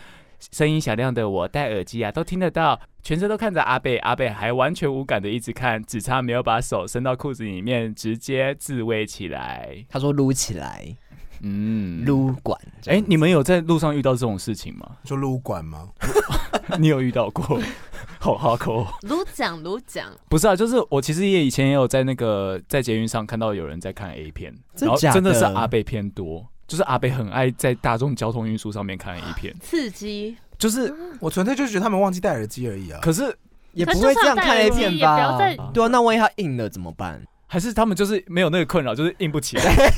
[SPEAKER 3] 声音响亮的我戴耳机啊都听得到，全车都看着阿贝，阿贝还完全无感的一直看，只差没有把手伸到裤子里面直接自慰起来。
[SPEAKER 2] 他说撸起来，
[SPEAKER 3] 嗯，
[SPEAKER 2] 撸管。
[SPEAKER 3] 哎、你们有在路上遇到这种事情吗？
[SPEAKER 6] 你说撸管吗？
[SPEAKER 3] 你有遇到过？ 好好口，
[SPEAKER 4] 卢讲卢讲，
[SPEAKER 3] 不是啊，就是我其实也以前也有在那个在捷运上看到有人在看 A 片，
[SPEAKER 2] 真
[SPEAKER 3] 然后
[SPEAKER 2] 假
[SPEAKER 3] 真的是
[SPEAKER 2] 的
[SPEAKER 3] 阿贝偏多，就是阿贝很爱在大众交通运输上面看 A 片，啊
[SPEAKER 4] 刺激，
[SPEAKER 3] 就是
[SPEAKER 6] 我纯粹就觉得他们忘记戴耳机而已啊。
[SPEAKER 3] 可是
[SPEAKER 2] 也
[SPEAKER 5] 可
[SPEAKER 2] 不
[SPEAKER 5] 是
[SPEAKER 2] 会
[SPEAKER 5] 就
[SPEAKER 2] 这样
[SPEAKER 5] 算
[SPEAKER 2] 看
[SPEAKER 5] 戴
[SPEAKER 2] A
[SPEAKER 5] 耳机
[SPEAKER 2] 片
[SPEAKER 5] 也不要
[SPEAKER 2] 吧？
[SPEAKER 5] 再
[SPEAKER 2] 对啊，那万一他硬了怎么办？
[SPEAKER 3] 还是他们就是没有那个困扰，就是硬不起 来。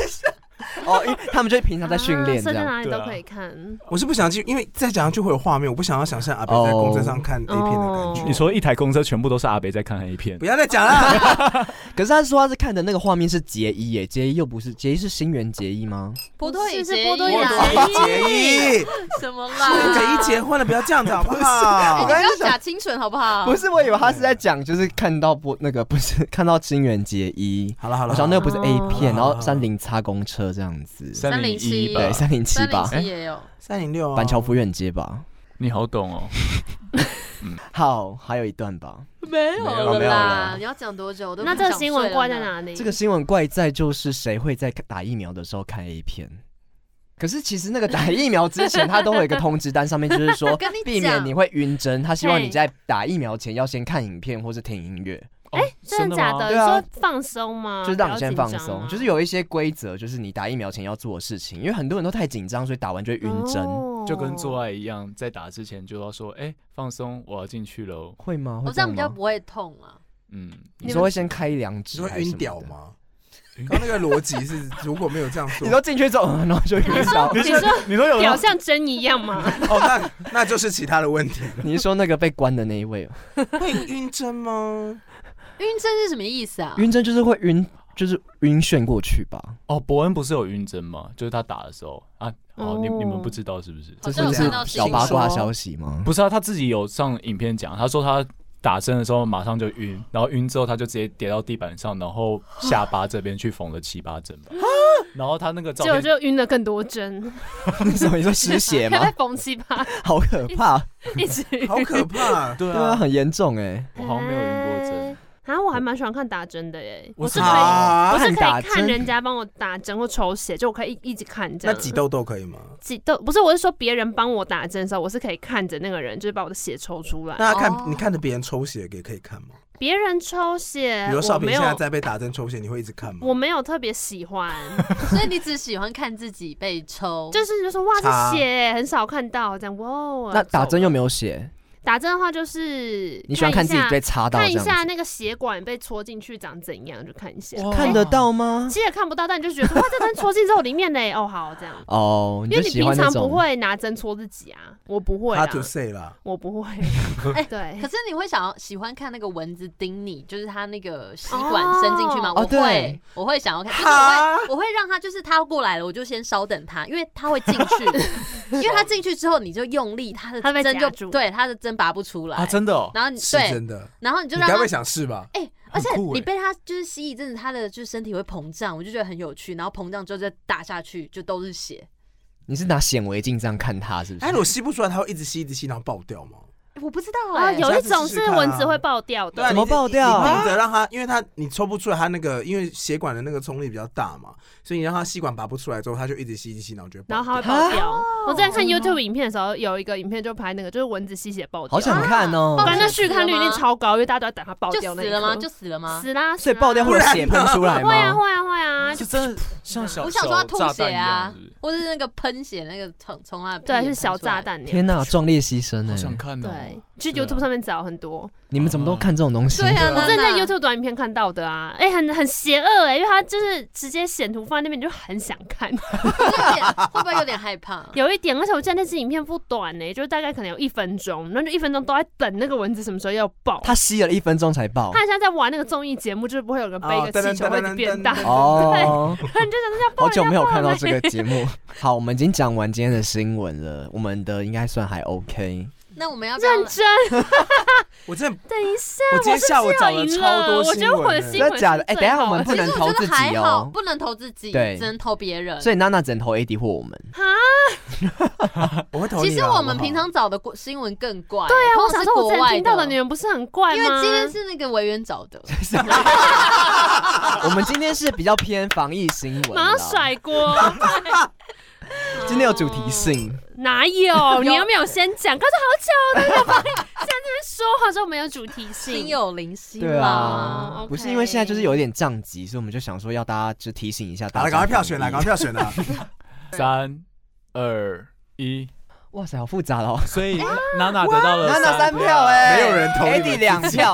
[SPEAKER 2] 哦，因为他们就平常在训练
[SPEAKER 5] 啊所
[SPEAKER 2] 这
[SPEAKER 5] 以在
[SPEAKER 2] 样。
[SPEAKER 5] 哪里
[SPEAKER 3] 对
[SPEAKER 5] 都
[SPEAKER 3] 啊
[SPEAKER 5] 可以看。
[SPEAKER 6] 我是不想去，因为再讲下去会有画面，我不想要想象阿北在公车上看 A 片的感觉。
[SPEAKER 5] 哦
[SPEAKER 3] 你说一台公车全部都是阿北在看 A 片
[SPEAKER 6] 不，要再讲了，
[SPEAKER 2] 可是他说他是看的那个画面是结衣耶，结衣又不是结衣是新垣结衣吗？
[SPEAKER 4] 波
[SPEAKER 5] 多
[SPEAKER 4] 多
[SPEAKER 5] 野
[SPEAKER 4] 野
[SPEAKER 5] 结衣
[SPEAKER 6] 结衣，
[SPEAKER 4] 什么
[SPEAKER 6] 结衣
[SPEAKER 4] 啦？
[SPEAKER 6] 结婚了，不要这样子好不
[SPEAKER 4] 哎你
[SPEAKER 6] 好
[SPEAKER 4] 不？要假清纯好不好？
[SPEAKER 2] 不是，我以为他是在讲就是看到不那个不是看到新垣结衣。
[SPEAKER 6] 好了好
[SPEAKER 2] 我
[SPEAKER 6] 了，
[SPEAKER 2] 想那个不是 A 片，然
[SPEAKER 6] 哦
[SPEAKER 2] 后三菱擦公车这样子，
[SPEAKER 4] 307
[SPEAKER 2] 对，三零七
[SPEAKER 4] 三零
[SPEAKER 2] 吧，
[SPEAKER 5] 哎
[SPEAKER 4] 七也有，
[SPEAKER 6] 三零六啊
[SPEAKER 2] 板桥福远街吧。
[SPEAKER 3] 你好懂哦。
[SPEAKER 2] 好，还有一段吧。
[SPEAKER 4] 没有
[SPEAKER 3] 没有
[SPEAKER 4] 了
[SPEAKER 3] 没有
[SPEAKER 4] 啦
[SPEAKER 3] 了！
[SPEAKER 4] 你要讲多久？我都
[SPEAKER 5] 那这个新闻
[SPEAKER 4] 挂
[SPEAKER 5] 挂在？哪里？
[SPEAKER 2] 这个新闻怪在就是谁会在打疫苗的时候看 A 片？可是其实那个打疫苗之前，他都会有一个通知单，上面就是说
[SPEAKER 4] 跟你讲
[SPEAKER 2] 避免你会晕针，他希望你在打疫苗前要先看影片或是听音乐，
[SPEAKER 3] 哎、
[SPEAKER 5] 真的假的？
[SPEAKER 3] 吗
[SPEAKER 5] 你
[SPEAKER 2] 对啊
[SPEAKER 5] 说放松
[SPEAKER 4] 啊
[SPEAKER 5] 吗？
[SPEAKER 2] 就是让你先放
[SPEAKER 5] 不要紧张
[SPEAKER 2] 松
[SPEAKER 5] 吗。
[SPEAKER 2] 就是有一些规则，就是你打疫苗前要做的事情，因为很多人都太紧张，所以打完就会晕针。
[SPEAKER 5] 哦
[SPEAKER 3] 就跟做爱一样，在打之前就要说，哎、放松，我要进去喽。
[SPEAKER 2] 会吗？
[SPEAKER 4] 我
[SPEAKER 2] 会
[SPEAKER 4] 哦这样比较
[SPEAKER 2] 吗
[SPEAKER 4] 不会痛啊。
[SPEAKER 3] 嗯，
[SPEAKER 2] 你说会先开两
[SPEAKER 6] 你
[SPEAKER 2] 指
[SPEAKER 6] 说
[SPEAKER 2] 还是什
[SPEAKER 6] 晕
[SPEAKER 2] 么
[SPEAKER 6] 屌
[SPEAKER 2] 的？
[SPEAKER 6] 吗？刚那个逻辑是，如果没有这样做
[SPEAKER 2] 你，都进去之后， 然后就 晕倒。
[SPEAKER 5] 你说
[SPEAKER 3] 你说有
[SPEAKER 5] 表像真一样 吗？
[SPEAKER 6] 哦，那那就是其他的问题。
[SPEAKER 2] 你是说那个被关的那一位哦？
[SPEAKER 6] 会晕针 吗？
[SPEAKER 4] 晕针是什么意思啊？
[SPEAKER 2] 晕针就是会晕，就是晕眩过去吧？
[SPEAKER 3] 哦，伯恩不是有晕针吗？就是他打的时候啊，哦，你你们不知道是不是？
[SPEAKER 4] 好
[SPEAKER 2] 这
[SPEAKER 4] 像
[SPEAKER 2] 是
[SPEAKER 4] 有
[SPEAKER 2] 不
[SPEAKER 4] 看到
[SPEAKER 2] 是小
[SPEAKER 4] 新
[SPEAKER 2] 八
[SPEAKER 4] 闻
[SPEAKER 2] 卦消息吗？
[SPEAKER 3] 不是啊，他自己有上影片讲，他说他打针的时候马上就晕，然后晕之后他就直接跌到地板上，然后下巴这边去缝了七八针吧。然后他那个照
[SPEAKER 5] 结果
[SPEAKER 3] 片
[SPEAKER 5] 就晕了更多针，
[SPEAKER 2] 你什么？你说失 血
[SPEAKER 5] 还在
[SPEAKER 2] 吗？
[SPEAKER 5] 缝七 八，
[SPEAKER 2] 好可怕！
[SPEAKER 5] 一直晕
[SPEAKER 6] 好可怕！
[SPEAKER 3] 对
[SPEAKER 2] 对啊，
[SPEAKER 3] 啊，
[SPEAKER 2] 很严重哎。
[SPEAKER 3] 我好像没有晕过针。
[SPEAKER 5] 啊，我还蛮喜欢看打针的耶，
[SPEAKER 3] 我
[SPEAKER 5] 我是
[SPEAKER 3] 是
[SPEAKER 5] 可以，
[SPEAKER 6] 啊
[SPEAKER 5] 我是可
[SPEAKER 2] 看打
[SPEAKER 5] 以看
[SPEAKER 2] 针
[SPEAKER 5] 人家帮我打针或抽血，就我可以一一直看 这
[SPEAKER 6] 那
[SPEAKER 5] 样。
[SPEAKER 6] 挤痘痘可以吗？
[SPEAKER 5] 挤痘不是，我是说别人帮我打针的时候，我是可以看着那个人，就是把我的血抽出来。
[SPEAKER 6] 那看
[SPEAKER 4] 哦
[SPEAKER 6] 你看着别人抽血也可以看吗？
[SPEAKER 5] 别人抽血，
[SPEAKER 6] 比如少
[SPEAKER 5] 呃我
[SPEAKER 6] 平
[SPEAKER 5] 没
[SPEAKER 6] 现在
[SPEAKER 5] 有，
[SPEAKER 6] 在被打针抽血，你会一直看吗？
[SPEAKER 5] 我没有特别喜欢，
[SPEAKER 4] 所以你只喜欢看自己被抽，
[SPEAKER 5] 就是就说哇，
[SPEAKER 6] 擦
[SPEAKER 5] 这血很少看到这样，哇。
[SPEAKER 2] 那打针
[SPEAKER 5] 又
[SPEAKER 2] 又没有血，
[SPEAKER 5] 打针的话就是
[SPEAKER 2] 你喜欢看
[SPEAKER 5] 一
[SPEAKER 2] 自己
[SPEAKER 5] 下
[SPEAKER 2] 被插到
[SPEAKER 5] 看
[SPEAKER 2] 这
[SPEAKER 5] 一
[SPEAKER 2] 样子
[SPEAKER 5] 下那个血管被戳进去长怎样，就看一下。
[SPEAKER 2] 哦看得到吗？
[SPEAKER 5] 其实也看不到，但你就觉得说哇，这针戳进肉里面 嘞，哦好这样。
[SPEAKER 2] 哦，
[SPEAKER 5] 因
[SPEAKER 2] 就
[SPEAKER 5] 为你
[SPEAKER 2] 喜
[SPEAKER 5] 平
[SPEAKER 2] 欢那
[SPEAKER 5] 常不
[SPEAKER 2] 种
[SPEAKER 5] 会拿针戳自己啊，我不会啊
[SPEAKER 6] Hard，to say 啦，
[SPEAKER 5] 我不会。啊
[SPEAKER 4] 哎
[SPEAKER 5] 对
[SPEAKER 4] 可，是你会想要喜欢看那个蚊子叮你，就是它那个吸管伸进去吗？
[SPEAKER 5] 哦
[SPEAKER 4] 我
[SPEAKER 2] 哦对
[SPEAKER 4] 会，我会想要看，就是我会，我会让它，就是它要过来了，我就先稍等它，因为它会进去，因为它进去之后你就用力，它
[SPEAKER 5] 它
[SPEAKER 4] 的
[SPEAKER 5] 被
[SPEAKER 4] 针
[SPEAKER 5] 夹
[SPEAKER 4] 就
[SPEAKER 5] 住
[SPEAKER 4] 对它的针拔不出来，
[SPEAKER 3] 啊，真的哦，
[SPEAKER 4] 然后你
[SPEAKER 6] 是
[SPEAKER 4] 对，
[SPEAKER 6] 真的。
[SPEAKER 4] 然后你就
[SPEAKER 6] 你
[SPEAKER 4] 让
[SPEAKER 6] 该不
[SPEAKER 4] 它
[SPEAKER 6] 会想试吧？
[SPEAKER 4] 哎、而且
[SPEAKER 6] 很酷哎
[SPEAKER 4] 你被它就是吸一阵子，它的就是身体会膨胀，我就觉得很有趣，然后膨胀之后再打下去，就都是血。
[SPEAKER 2] 你是拿显微镜这样看它，是不
[SPEAKER 6] 哎，
[SPEAKER 2] 是？
[SPEAKER 5] 啊
[SPEAKER 6] 我吸不出来，它会一直吸，一直吸，然后爆掉吗？
[SPEAKER 4] 哎 我不知道
[SPEAKER 5] 啊，
[SPEAKER 4] 哎、
[SPEAKER 5] 有一
[SPEAKER 6] 下
[SPEAKER 5] 种
[SPEAKER 6] 次试试
[SPEAKER 5] 是
[SPEAKER 6] 看啊
[SPEAKER 5] 蚊子会爆掉
[SPEAKER 6] 对啊，
[SPEAKER 5] 的
[SPEAKER 2] 怎
[SPEAKER 6] 你，
[SPEAKER 2] 么爆掉
[SPEAKER 6] 你你明着让它，因为它你抽不出来，它那个因为血管的那个冲力比较大嘛，所以你让它吸管拔不出来之后，它就一直吸，一直吸，然后就会爆
[SPEAKER 5] 然后它会
[SPEAKER 6] 掉
[SPEAKER 5] 爆掉。我之前看 YouTube 影片的时候，有一个影片就拍那个，就是蚊子吸血爆掉。
[SPEAKER 2] 好想看哦
[SPEAKER 5] 不！然那
[SPEAKER 4] 爆
[SPEAKER 5] 续看率一定超高，因为大家都在等它爆
[SPEAKER 4] 就
[SPEAKER 5] 掉那
[SPEAKER 4] 死
[SPEAKER 5] 一
[SPEAKER 4] 了吗？
[SPEAKER 5] 刻
[SPEAKER 4] 就死了吗？
[SPEAKER 5] 死啦，
[SPEAKER 2] 所以
[SPEAKER 5] 死啦
[SPEAKER 2] 爆掉会有血喷出来
[SPEAKER 5] 会啊
[SPEAKER 2] 吗？
[SPEAKER 5] 会啊会啊，
[SPEAKER 3] 是真的像小
[SPEAKER 4] 我想说
[SPEAKER 3] 小
[SPEAKER 4] 它吐
[SPEAKER 3] 炸弹
[SPEAKER 4] 血
[SPEAKER 3] 一样
[SPEAKER 4] 啊
[SPEAKER 3] 是不是，
[SPEAKER 4] 或者是那个喷血那个从从它的屁眼
[SPEAKER 5] 对，啊是小
[SPEAKER 4] 喷出来
[SPEAKER 5] 炸。弹那样。
[SPEAKER 2] 天哪，壮烈牺牲
[SPEAKER 3] 好想
[SPEAKER 2] 哎！
[SPEAKER 3] 看哦，
[SPEAKER 5] 对，去
[SPEAKER 3] 对啊
[SPEAKER 5] YouTube 上面找很多，
[SPEAKER 2] 你们怎么都看这种东西？
[SPEAKER 4] 对啊，
[SPEAKER 5] 我真的在
[SPEAKER 4] 那
[SPEAKER 5] YouTube 短影片看到的啊，哎，很很邪恶哎，因为它就是直接显图放在那边，你就很想看，
[SPEAKER 4] 有点会不会有点害怕？
[SPEAKER 5] 有一点，而且我记得那支影片不短呢，就是大概可能有一分钟，然后就一分钟都在等那个蚊子什么时候要爆。
[SPEAKER 2] 他吸了一分钟才爆
[SPEAKER 5] 他。很像在玩那个综艺节目，就是不会有人背一个气球会一直变大，
[SPEAKER 6] 哦噔噔噔噔噔噔
[SPEAKER 2] 哦，
[SPEAKER 5] 然后你就想说要爆
[SPEAKER 2] 好
[SPEAKER 5] 人家
[SPEAKER 2] 久没有看
[SPEAKER 5] 爆
[SPEAKER 2] 到
[SPEAKER 5] 人
[SPEAKER 2] 这个 节目。好，我们已经讲完今天的新闻了，我们的应该算还 OK。
[SPEAKER 4] 那我们要不要
[SPEAKER 5] 认真，
[SPEAKER 6] 我真的，
[SPEAKER 5] 等一下，
[SPEAKER 6] 我今天下午找了超多
[SPEAKER 5] 我
[SPEAKER 6] 新
[SPEAKER 5] 觉得
[SPEAKER 6] 闻
[SPEAKER 5] 我的
[SPEAKER 6] 欸，
[SPEAKER 5] 新
[SPEAKER 2] 真
[SPEAKER 5] 闻
[SPEAKER 2] 的
[SPEAKER 5] 是
[SPEAKER 2] 假的？哎，
[SPEAKER 5] 最
[SPEAKER 2] 等一下我
[SPEAKER 5] 好
[SPEAKER 2] 们
[SPEAKER 5] 的
[SPEAKER 2] 不能
[SPEAKER 4] 其实
[SPEAKER 2] 投
[SPEAKER 4] 我觉
[SPEAKER 2] 自
[SPEAKER 4] 得还
[SPEAKER 2] 己
[SPEAKER 4] 好，
[SPEAKER 2] 哦。
[SPEAKER 4] 不能投自己，
[SPEAKER 2] 对
[SPEAKER 4] 只能投别人。
[SPEAKER 2] 所以娜娜只能投 AD 或 我们。
[SPEAKER 6] 我会投你
[SPEAKER 4] 其
[SPEAKER 6] 啦
[SPEAKER 4] 实我们平。
[SPEAKER 6] 好
[SPEAKER 4] 常找的国新闻更怪，
[SPEAKER 5] 对啊，
[SPEAKER 4] 通
[SPEAKER 5] 我
[SPEAKER 4] 常是
[SPEAKER 5] 想说，我
[SPEAKER 4] 国
[SPEAKER 5] 之前
[SPEAKER 4] 外
[SPEAKER 5] 听到的你们不是很怪
[SPEAKER 4] 因为
[SPEAKER 5] 吗？
[SPEAKER 4] 今天是那个委员找的，
[SPEAKER 2] 我们今天是比较偏防疫新闻
[SPEAKER 5] 马
[SPEAKER 2] 啦，
[SPEAKER 5] 上甩锅，
[SPEAKER 2] 今天有主题性。
[SPEAKER 5] 哦哪有？你又没有先讲，刚才好久，那个帮你现在在那边说话说没有主题
[SPEAKER 4] 心
[SPEAKER 5] 性，
[SPEAKER 4] 有灵犀
[SPEAKER 2] 对
[SPEAKER 4] 嘛。
[SPEAKER 2] 啊
[SPEAKER 5] 哦，
[SPEAKER 2] 不是
[SPEAKER 5] OK
[SPEAKER 2] 因为现在就是有一点降级，所以我们就想说要大家就提醒一下大
[SPEAKER 6] 好了，赶
[SPEAKER 2] 家。
[SPEAKER 6] 快票选
[SPEAKER 2] 嗯
[SPEAKER 6] 啦，赶快票选啦！
[SPEAKER 3] 三二一，
[SPEAKER 2] 哇塞，好复杂哦。
[SPEAKER 3] 所以娜娜得到了
[SPEAKER 2] 娜娜三票哎，
[SPEAKER 6] 没有人投你们
[SPEAKER 2] AD 两 票，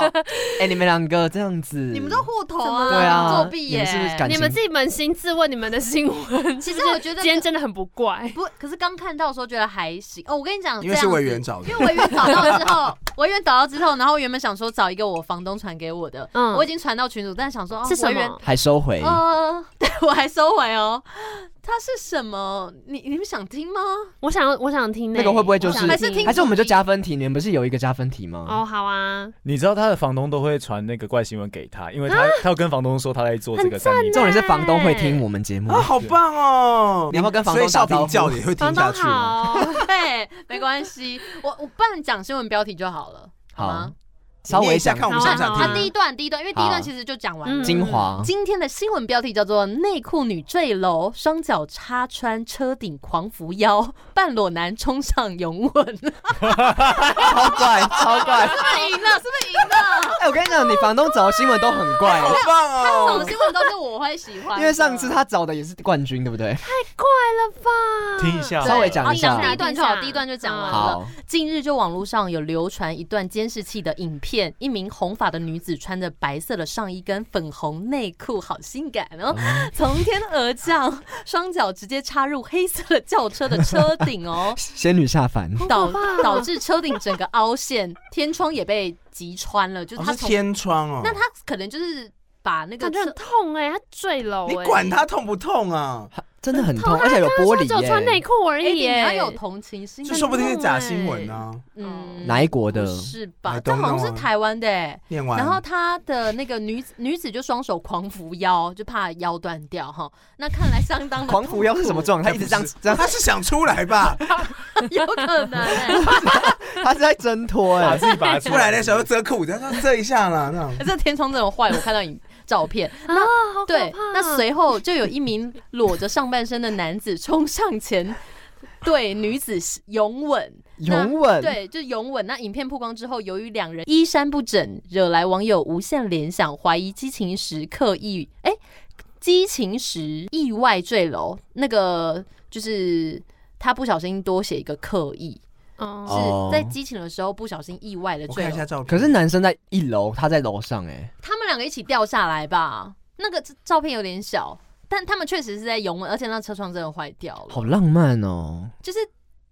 [SPEAKER 2] 哎，你们两个这样子，
[SPEAKER 4] 你们都互投啊，
[SPEAKER 2] 对啊
[SPEAKER 4] 作弊
[SPEAKER 2] 你
[SPEAKER 4] 耶
[SPEAKER 2] 们！是不是感
[SPEAKER 5] 你们自己扪心自问，你们的新 闻，
[SPEAKER 4] 其实我觉得
[SPEAKER 5] 今天真的很不怪。
[SPEAKER 4] 不，可是刚看到的时候觉得还行。哦，我跟你讲，
[SPEAKER 6] 因为
[SPEAKER 4] 这
[SPEAKER 6] 是
[SPEAKER 4] 样
[SPEAKER 6] 委
[SPEAKER 4] 子
[SPEAKER 6] 员找的
[SPEAKER 4] 因，为委员找到之后， 委员找到之后，然后我原本想说找一个我房东传给我的，
[SPEAKER 5] 嗯
[SPEAKER 4] 我已经传到群主，但想说、哦、
[SPEAKER 5] 是什
[SPEAKER 4] 委员
[SPEAKER 5] 么？
[SPEAKER 2] 还收
[SPEAKER 6] 哎
[SPEAKER 2] 回，
[SPEAKER 4] 呃， 对我还收回哦。它是什么？你你们想听吗？
[SPEAKER 5] 我想我想听呢
[SPEAKER 2] 那个会不会就
[SPEAKER 5] 我
[SPEAKER 2] 是
[SPEAKER 5] 想
[SPEAKER 4] 还是听
[SPEAKER 2] 还是我们就加分题？你们不是有一个加分题吗？
[SPEAKER 5] 哦，好啊，
[SPEAKER 3] 你知道他的房东都会传那个怪新闻给他，因为他他要跟房东说他在做这个生意
[SPEAKER 2] 重点是房东会听我们节目
[SPEAKER 6] 啊，，好棒哦！
[SPEAKER 2] 你要不要跟房
[SPEAKER 6] 所
[SPEAKER 2] 东
[SPEAKER 6] 以
[SPEAKER 2] 打
[SPEAKER 6] 少
[SPEAKER 2] 招
[SPEAKER 6] 平叫
[SPEAKER 2] 呼？
[SPEAKER 6] 你会听
[SPEAKER 5] 房
[SPEAKER 6] 下
[SPEAKER 5] 东
[SPEAKER 6] 去吗？
[SPEAKER 5] 好，
[SPEAKER 4] 对，没关系，我我不然讲新闻标题就好了，好
[SPEAKER 2] 好
[SPEAKER 4] 吗？，
[SPEAKER 2] 稍微
[SPEAKER 6] 念一下
[SPEAKER 2] 想
[SPEAKER 6] 看我
[SPEAKER 5] 好
[SPEAKER 6] 们想
[SPEAKER 5] 啊
[SPEAKER 6] 不想
[SPEAKER 5] 好啊
[SPEAKER 4] 啊，
[SPEAKER 6] 听。
[SPEAKER 4] 第一段，第一段，因为第一
[SPEAKER 2] 好
[SPEAKER 4] 段其实就讲完了。
[SPEAKER 5] 嗯
[SPEAKER 2] 精华。
[SPEAKER 4] 今天的新闻标题叫做“内裤女坠楼，双脚插穿车顶狂扶腰，半裸男冲上拥吻
[SPEAKER 2] 超怪，超怪！”，
[SPEAKER 4] 是赢了，是不是赢了？
[SPEAKER 2] 哎，我跟你讲，你房东找的新闻都很怪，
[SPEAKER 6] 好棒
[SPEAKER 4] 这种
[SPEAKER 6] 哦！
[SPEAKER 4] 新闻都是我会喜欢的，
[SPEAKER 2] 因为上次他找的也是冠军，对不对？
[SPEAKER 5] 啊
[SPEAKER 3] 听一下，
[SPEAKER 2] 稍微讲
[SPEAKER 4] 好
[SPEAKER 2] 一
[SPEAKER 4] 讲第
[SPEAKER 2] 下
[SPEAKER 4] 一。段就好，
[SPEAKER 5] 听一下
[SPEAKER 4] 第一段就讲完了。
[SPEAKER 2] 好，。
[SPEAKER 4] 近日就网络上有流传一段监视器的影片，一名红发的女子穿着白色的上衣跟粉红内裤，好性感哦，从天而降，双脚直接插入黑色的轿车的车顶哦
[SPEAKER 2] 仙女下凡。
[SPEAKER 4] 导
[SPEAKER 5] 啊
[SPEAKER 4] 导致车顶整个凹陷，天窗也被击穿了，就是
[SPEAKER 6] 哦
[SPEAKER 4] 他
[SPEAKER 6] 是
[SPEAKER 4] 从、
[SPEAKER 6] 天窗哦，
[SPEAKER 4] 那他可能就是把那个
[SPEAKER 5] 感觉很
[SPEAKER 4] 车
[SPEAKER 5] 痛哎，它坠楼哎，
[SPEAKER 6] 你管他痛不痛啊？
[SPEAKER 2] 真的很痛，而且有玻璃
[SPEAKER 5] 只有穿内
[SPEAKER 2] 耶。
[SPEAKER 5] 裤而
[SPEAKER 4] 哎，
[SPEAKER 5] 已
[SPEAKER 4] 你要
[SPEAKER 5] 耶，
[SPEAKER 4] 有同情心
[SPEAKER 6] 就，说不定是假新闻啊呢。
[SPEAKER 4] 嗯，
[SPEAKER 2] 哪一国的
[SPEAKER 4] 不？是吧
[SPEAKER 6] I？
[SPEAKER 4] 这
[SPEAKER 6] don't
[SPEAKER 4] 好像
[SPEAKER 6] know
[SPEAKER 4] 是
[SPEAKER 6] 啊
[SPEAKER 4] 台湾的、哎。
[SPEAKER 6] 念完，
[SPEAKER 4] 然后她的那个女子女子就双手狂扶腰，就怕腰断掉哈。那看来相 当的
[SPEAKER 2] 狂扶腰是什么 状态？他一直这样这样，
[SPEAKER 6] 他是想出来 吧？
[SPEAKER 4] 痛苦？ 有可能、欸，
[SPEAKER 2] 他是在挣脱
[SPEAKER 3] 把
[SPEAKER 2] 哎。
[SPEAKER 3] 自己拔出
[SPEAKER 6] 出来的 时候遮裤子，他说遮一下啦，那 样。
[SPEAKER 4] 这天窗这种坏，我看到影照片。
[SPEAKER 5] 啊，好可
[SPEAKER 4] 对
[SPEAKER 5] 怕，
[SPEAKER 4] 那随后就有一名裸着上半身的男子冲上前，对女子拥吻。
[SPEAKER 2] 拥吻，
[SPEAKER 4] 对，就拥吻。那影片曝光之后，由于两人衣衫不整，惹来网友无限联想，怀疑激情时刻意哎、激情时意外坠楼，那个就是他不小心多写一个刻意。
[SPEAKER 5] 嗯，
[SPEAKER 2] 哦
[SPEAKER 4] 是在激情的时候不小心意外的
[SPEAKER 6] 我
[SPEAKER 4] 坠
[SPEAKER 6] 看一下
[SPEAKER 4] 楼，
[SPEAKER 6] 照片。
[SPEAKER 2] 可是男生在一楼，他在楼上哎、
[SPEAKER 4] 他们两个一起掉下来吧？那个照片有点小，但他们确实是在拥吻，而且那车窗真的坏掉了，
[SPEAKER 2] 好浪漫哦，
[SPEAKER 4] 就是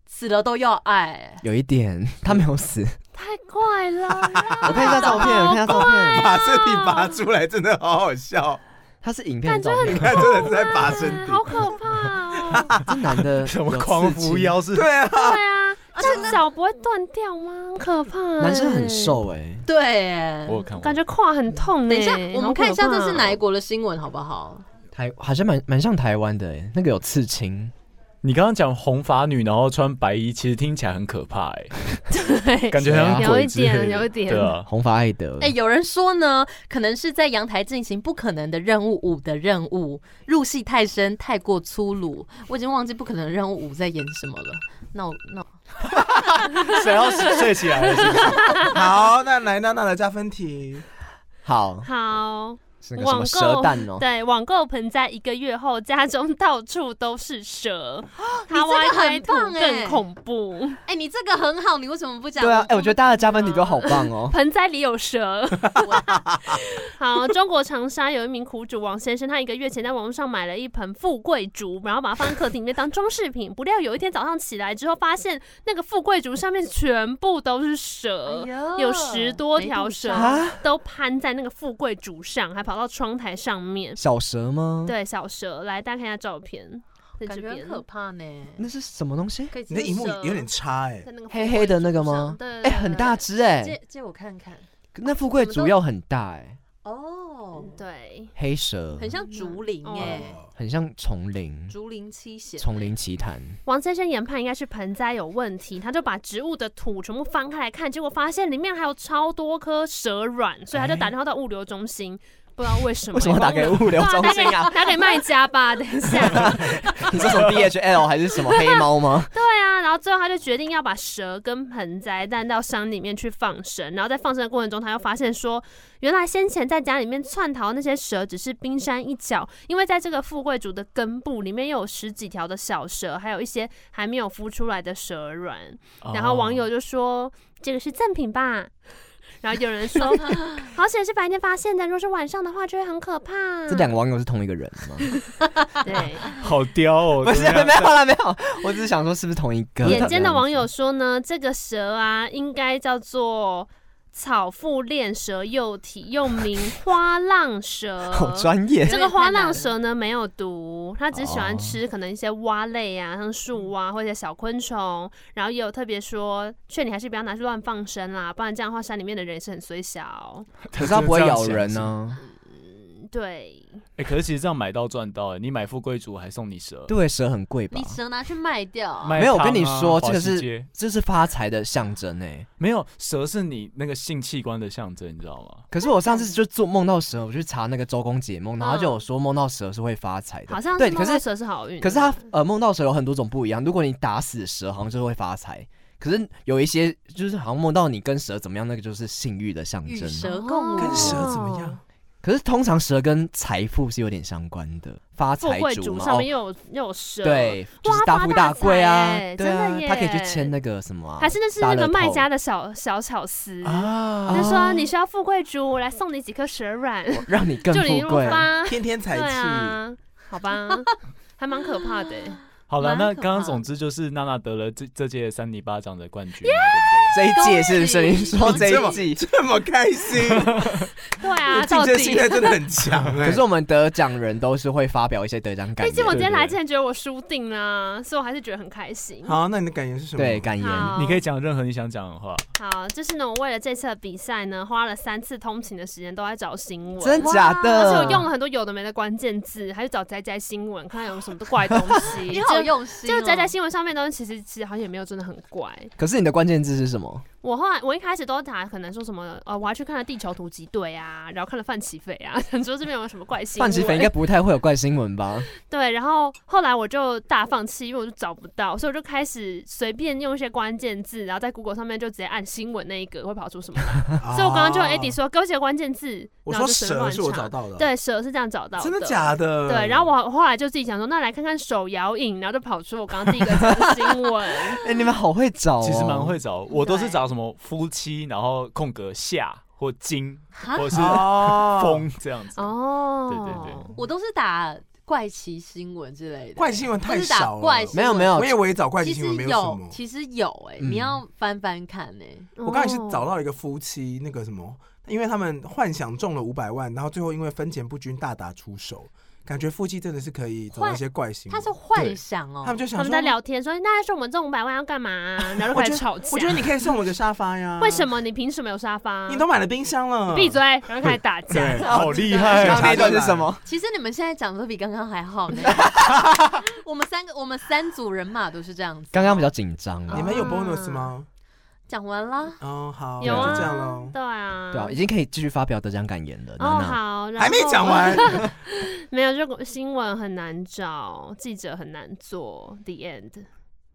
[SPEAKER 4] 死了都要爱。
[SPEAKER 2] 有一点 他没有死。
[SPEAKER 5] 太怪了啦
[SPEAKER 2] 我看一下照片，我看一下照片，
[SPEAKER 6] 把身体拔出来，真的好好笑。
[SPEAKER 2] 他是影片照片，
[SPEAKER 6] 看， 真的是在拔身
[SPEAKER 5] 哎
[SPEAKER 6] 体。
[SPEAKER 5] 好可怕哦！
[SPEAKER 2] 这男 的
[SPEAKER 3] 什么
[SPEAKER 2] 有
[SPEAKER 3] 狂
[SPEAKER 2] 刺青
[SPEAKER 3] 扶，腰是？
[SPEAKER 6] 对 啊，
[SPEAKER 5] 对啊，这样脚不会断掉吗？很可怕哎。
[SPEAKER 2] 男生很瘦哎、
[SPEAKER 4] 对，
[SPEAKER 3] 我有看过
[SPEAKER 5] 感，觉胯很痛
[SPEAKER 4] 等一下
[SPEAKER 5] 哎，
[SPEAKER 4] 我们看一下
[SPEAKER 5] 好可
[SPEAKER 4] 这
[SPEAKER 5] 怕
[SPEAKER 4] 是哪一国的新闻好不好？
[SPEAKER 2] 台好像蛮蛮像台湾的哎、那个有刺青，
[SPEAKER 3] 你刚刚讲红发女，然后穿白衣，其实听起来很可怕哎，
[SPEAKER 5] 对，
[SPEAKER 3] 感觉好像
[SPEAKER 2] 对啊
[SPEAKER 3] 鬼之类的
[SPEAKER 5] 有一点有一点
[SPEAKER 3] 对啊，
[SPEAKER 2] 红发艾德。
[SPEAKER 4] 哎、有人说呢，可能是在阳台进行不可能的任务五的任务，入戏太深，太过粗鲁，我已经忘记不可能的任务五在演什么了。那我那我
[SPEAKER 3] 谁要睡起来了？是不是
[SPEAKER 6] 好，那来娜娜的加分题，
[SPEAKER 2] 好，
[SPEAKER 5] 好，
[SPEAKER 2] 是个什
[SPEAKER 5] 网购
[SPEAKER 2] 么蛇蛋哦、
[SPEAKER 5] 对，啊网购盆栽一个月后，家中到处都是蛇，它
[SPEAKER 4] 哦你这
[SPEAKER 5] 歪
[SPEAKER 4] 个很
[SPEAKER 5] 歪土
[SPEAKER 4] 棒哎
[SPEAKER 5] 更恐怖。
[SPEAKER 4] 哎、你这个很好，你为什么不讲？
[SPEAKER 2] 对啊，哎、我觉得大家的加分题都好棒哦、
[SPEAKER 5] 盆栽里有蛇
[SPEAKER 4] 我。
[SPEAKER 5] 好，中国长沙有一名苦主王先生，他一个月前在网络上买了一盆富贵竹，然后把它放在客厅里面当装饰品。不料有一天早上起来之后，发现那个富贵竹上面全部都是蛇。
[SPEAKER 4] 哎呦
[SPEAKER 5] 有十多条蛇
[SPEAKER 4] 没
[SPEAKER 2] 啊
[SPEAKER 4] 路上，
[SPEAKER 5] 都攀在那个富贵竹上，还跑到窗台上面。
[SPEAKER 2] 小蛇吗？，
[SPEAKER 5] 对，小蛇，来大家看一下照片，在
[SPEAKER 4] 感
[SPEAKER 5] 这
[SPEAKER 4] 觉很
[SPEAKER 5] 边
[SPEAKER 4] 可怕呢。
[SPEAKER 2] 那是什么东西？
[SPEAKER 5] 可以
[SPEAKER 6] 你的荧幕有点差 哎、
[SPEAKER 5] 在那个
[SPEAKER 2] 黑黑的那个吗
[SPEAKER 5] 富贵竹上对，
[SPEAKER 4] 呃
[SPEAKER 5] 对
[SPEAKER 2] 哎、很大。只哎、
[SPEAKER 4] 借借我看看
[SPEAKER 2] 那富贵竹要很大哎、
[SPEAKER 4] 哦，
[SPEAKER 5] 对，
[SPEAKER 2] 黑蛇
[SPEAKER 4] 很像竹
[SPEAKER 5] 哦
[SPEAKER 4] 林哎、
[SPEAKER 2] 很像丛林，
[SPEAKER 4] 竹林七贤。
[SPEAKER 2] 丛林奇谭。
[SPEAKER 5] 王先生研判应该是盆栽有问题，他就把植物的土全部翻开来看，结果发现里面还有超多颗蛇卵，所以他就打电话到物流中心，不知道 为什么
[SPEAKER 2] 为什么要打给物流中心 啊？
[SPEAKER 5] 打给卖家吧，等一下。
[SPEAKER 2] 你说什么 DHL 还是什么黑 猫吗？
[SPEAKER 5] 对啊，然后最后他就决定要把蛇跟盆栽带到山里面去放生，然后在放生的过程中，他又发现说，原来先前在家里面窜逃那些蛇只是冰山一角，因为在这个富贵竹的根部里面又有十几条的小蛇，还有一些还没有孵出来的蛇卵。
[SPEAKER 3] 哦
[SPEAKER 5] 然后网友就说这个是赠品吧，然后有人说好险是白天发现的，如果是晚上的话就会很可怕。
[SPEAKER 2] 这两个网友是同一个人 吗？
[SPEAKER 5] 对。
[SPEAKER 3] 哦好刁哦，
[SPEAKER 2] 不是，
[SPEAKER 3] 怎么样
[SPEAKER 2] 没有啦，没有。我只是想说是不是同一个？
[SPEAKER 5] 眼尖的网友说呢，这个蛇啊，应该叫做草腹恋蛇幼体，又名花浪蛇。
[SPEAKER 2] 好专业，
[SPEAKER 5] 这个花浪蛇呢没有毒，它只是喜欢吃可能一些蛙类啊，像树蛙或者小昆虫。然后也有特别说，劝你还是不要拿去乱放生啦，不然这样的话山里面的人也是很虽小。
[SPEAKER 2] 可是它不会咬人啊呢、
[SPEAKER 5] 嗯对，
[SPEAKER 3] 哎，可是其实这样买到赚到哎，你买富贵竹还送你蛇，
[SPEAKER 2] 对，蛇很贵吧
[SPEAKER 4] 你？蛇拿去卖掉，
[SPEAKER 3] 卖
[SPEAKER 2] 没有我
[SPEAKER 3] 糖
[SPEAKER 2] 跟你
[SPEAKER 3] 啊
[SPEAKER 2] 说
[SPEAKER 3] 华
[SPEAKER 2] 这个
[SPEAKER 3] 西
[SPEAKER 2] 是
[SPEAKER 3] 街
[SPEAKER 2] 这是发财的象征哎、
[SPEAKER 3] 没有蛇是你那个性器官的象征，你知道吗？
[SPEAKER 2] 可是我上次就做梦到蛇，我去查那个周公解梦，然后就有说梦到蛇是会发财的。
[SPEAKER 5] 嗯好像
[SPEAKER 2] 对，
[SPEAKER 5] 是
[SPEAKER 2] 可
[SPEAKER 5] 梦
[SPEAKER 2] 是
[SPEAKER 5] 到蛇是好运的。
[SPEAKER 2] 可是它呃梦到蛇有很多种不一样，如果你打死蛇，好像就是会发财。可是有一些就是好像梦到你跟蛇怎么样，那个就是性欲的象
[SPEAKER 4] 与
[SPEAKER 2] 征。啊
[SPEAKER 4] 蛇共舞。
[SPEAKER 6] 跟蛇怎么
[SPEAKER 5] 哦
[SPEAKER 6] 样？
[SPEAKER 2] 可是通常蛇跟财富是有点相关的，发
[SPEAKER 5] 富
[SPEAKER 2] 财
[SPEAKER 5] 贵
[SPEAKER 2] 主
[SPEAKER 5] 竹
[SPEAKER 2] 嘛，
[SPEAKER 5] 上
[SPEAKER 2] 哦
[SPEAKER 5] 面，又有又有蛇，
[SPEAKER 2] 对，就是
[SPEAKER 5] 哇
[SPEAKER 2] 大
[SPEAKER 5] 发
[SPEAKER 2] 富
[SPEAKER 5] 大
[SPEAKER 2] 大贵啊
[SPEAKER 5] 财耶，
[SPEAKER 2] 对
[SPEAKER 5] 真
[SPEAKER 2] 啊
[SPEAKER 5] 的，
[SPEAKER 2] 他可以去
[SPEAKER 5] 耶
[SPEAKER 2] 签那个什么啊，
[SPEAKER 5] 还是那是那
[SPEAKER 2] 大
[SPEAKER 5] 个
[SPEAKER 2] 乐
[SPEAKER 5] 卖
[SPEAKER 2] 透
[SPEAKER 5] 家的小小巧思
[SPEAKER 2] 啊
[SPEAKER 5] 就说你需要富贵竹，我来送你几颗蛇卵，
[SPEAKER 2] 让你更
[SPEAKER 5] 祝你
[SPEAKER 2] 富
[SPEAKER 5] 入
[SPEAKER 2] 贵。啊
[SPEAKER 5] 发。
[SPEAKER 6] 天天财
[SPEAKER 5] 对
[SPEAKER 6] 气。
[SPEAKER 5] 啊，好吧， 还蛮可怕的欸。
[SPEAKER 3] 好了，
[SPEAKER 4] 蛮
[SPEAKER 3] 那
[SPEAKER 4] 可
[SPEAKER 3] 刚刚
[SPEAKER 4] 怕
[SPEAKER 3] 总之就是娜娜得了这这届三泥巴掌的冠军嘛，
[SPEAKER 2] 这一届是不是
[SPEAKER 4] 恭喜
[SPEAKER 2] 你 说这
[SPEAKER 6] 这么
[SPEAKER 5] 啊
[SPEAKER 2] 一 季？
[SPEAKER 6] 这么开心，
[SPEAKER 5] 对 啊，
[SPEAKER 6] 竞
[SPEAKER 5] 到
[SPEAKER 6] 争心
[SPEAKER 5] 底。
[SPEAKER 6] 态真的很强哎、
[SPEAKER 2] 可是我们得奖人都是会发表一些得奖感
[SPEAKER 5] 毕竟我
[SPEAKER 2] 言，
[SPEAKER 5] 今天来
[SPEAKER 3] 对对
[SPEAKER 5] 之前觉得我输定了，啊所以我还是觉得很开心。
[SPEAKER 6] 好，那你的感言是什么？
[SPEAKER 2] 对，感言。
[SPEAKER 5] 好，
[SPEAKER 3] 对不对你可以讲任何你想讲的话。
[SPEAKER 5] 好，就是呢，我为了这次的比赛呢，花了三次通勤的时间都在找新闻，
[SPEAKER 2] 真假
[SPEAKER 5] 而
[SPEAKER 2] 的？
[SPEAKER 4] 嗯
[SPEAKER 5] 且我用了很多有的没的关键字，还去找仔仔新闻，看看有什么怪东西。
[SPEAKER 4] 你好
[SPEAKER 5] 就
[SPEAKER 4] 用心、
[SPEAKER 5] 就
[SPEAKER 4] 哦，
[SPEAKER 5] 仔仔新闻上面的东西，其实其实好像也没有真的很怪。
[SPEAKER 2] 可是你的关键字是什么？
[SPEAKER 5] 我后来我一开始都打可能说什么呃，我还去看了地球突击队啊，然后看了范起斐啊， 想说这边有没有什么怪新闻。
[SPEAKER 2] 范琪斐应该不太会有怪新闻吧？
[SPEAKER 5] 对，然后后来我就大放弃，因为我就找不到，所以我就开始随便用一些关键字，然后在 Google 上面就直接按新闻那一个会跑出什么 来。所以我刚刚就用 Eddie 说，给我几个关键字，
[SPEAKER 6] 啊哦我
[SPEAKER 5] 然后
[SPEAKER 6] 说
[SPEAKER 5] 就随便
[SPEAKER 6] 蛇
[SPEAKER 5] 乱
[SPEAKER 6] 是我
[SPEAKER 5] 查
[SPEAKER 6] 找到的，，
[SPEAKER 5] 对，蛇是这样找到
[SPEAKER 6] 真的假的？
[SPEAKER 5] 对，然后我我后来就自己想说，那来看看手摇影，然后就跑出我刚刚第一个查的新闻。
[SPEAKER 2] 哎、你们好会找、哦，
[SPEAKER 3] 其实蛮。会找，我都是
[SPEAKER 5] 对
[SPEAKER 3] 找什么夫妻，然后空格下或金
[SPEAKER 4] 哈
[SPEAKER 3] 或是
[SPEAKER 6] 哦，
[SPEAKER 3] 风这样子。
[SPEAKER 5] 哦，
[SPEAKER 3] 对对对
[SPEAKER 4] 我都是打怪奇新闻之类的，
[SPEAKER 6] 怪新闻
[SPEAKER 4] 或
[SPEAKER 6] 太
[SPEAKER 4] 是打
[SPEAKER 6] 少了，
[SPEAKER 4] 怪新闻
[SPEAKER 2] 没有没
[SPEAKER 5] 哦
[SPEAKER 2] 有
[SPEAKER 6] 我以为找怪
[SPEAKER 4] 其
[SPEAKER 6] 新
[SPEAKER 4] 实
[SPEAKER 6] 闻没什么。嗯
[SPEAKER 4] 其实有哎、
[SPEAKER 2] 嗯
[SPEAKER 4] 你要翻翻看哎、
[SPEAKER 5] 哦
[SPEAKER 6] 我刚才是找到一个夫妻，那个什么，因为他们幻想中了五百万，然后最后因为分钱不均大打出手，感觉夫妻真的是可以找一些怪新
[SPEAKER 4] 他
[SPEAKER 6] 闻。
[SPEAKER 4] 是幻想哦、
[SPEAKER 6] 他们就想
[SPEAKER 5] 他
[SPEAKER 6] 说
[SPEAKER 5] 们在，聊天说，那要是我们这五百万要干嘛、啊 然后就开始吵架。
[SPEAKER 6] 我觉得你可以送我个沙发呀。
[SPEAKER 5] 为什么你凭什么有沙发？
[SPEAKER 6] 你都买了冰箱了？
[SPEAKER 5] 闭嘴，然后开始打架
[SPEAKER 6] 对。
[SPEAKER 3] 好厉
[SPEAKER 2] 刚
[SPEAKER 3] 害啊
[SPEAKER 2] 刚那一段是什么？
[SPEAKER 4] 其实你们现在讲的比刚刚还 好呢。我们三个，我们三组人马都是这样子。
[SPEAKER 2] 刚刚比较紧张
[SPEAKER 5] 哦
[SPEAKER 2] 啊
[SPEAKER 6] 你，们有 bonus 吗？
[SPEAKER 4] 讲完啦，
[SPEAKER 6] 哦，好，
[SPEAKER 5] 有啊，
[SPEAKER 6] 就这样喽。
[SPEAKER 5] 对啊，
[SPEAKER 2] 对啊，已经可以继续发表得奖感言了。
[SPEAKER 5] 哦，
[SPEAKER 2] 娜娜，
[SPEAKER 5] 好，
[SPEAKER 6] 啊
[SPEAKER 5] 然后
[SPEAKER 6] 还没讲，完，
[SPEAKER 5] 没有，就新闻很难找，记者很难做，the end。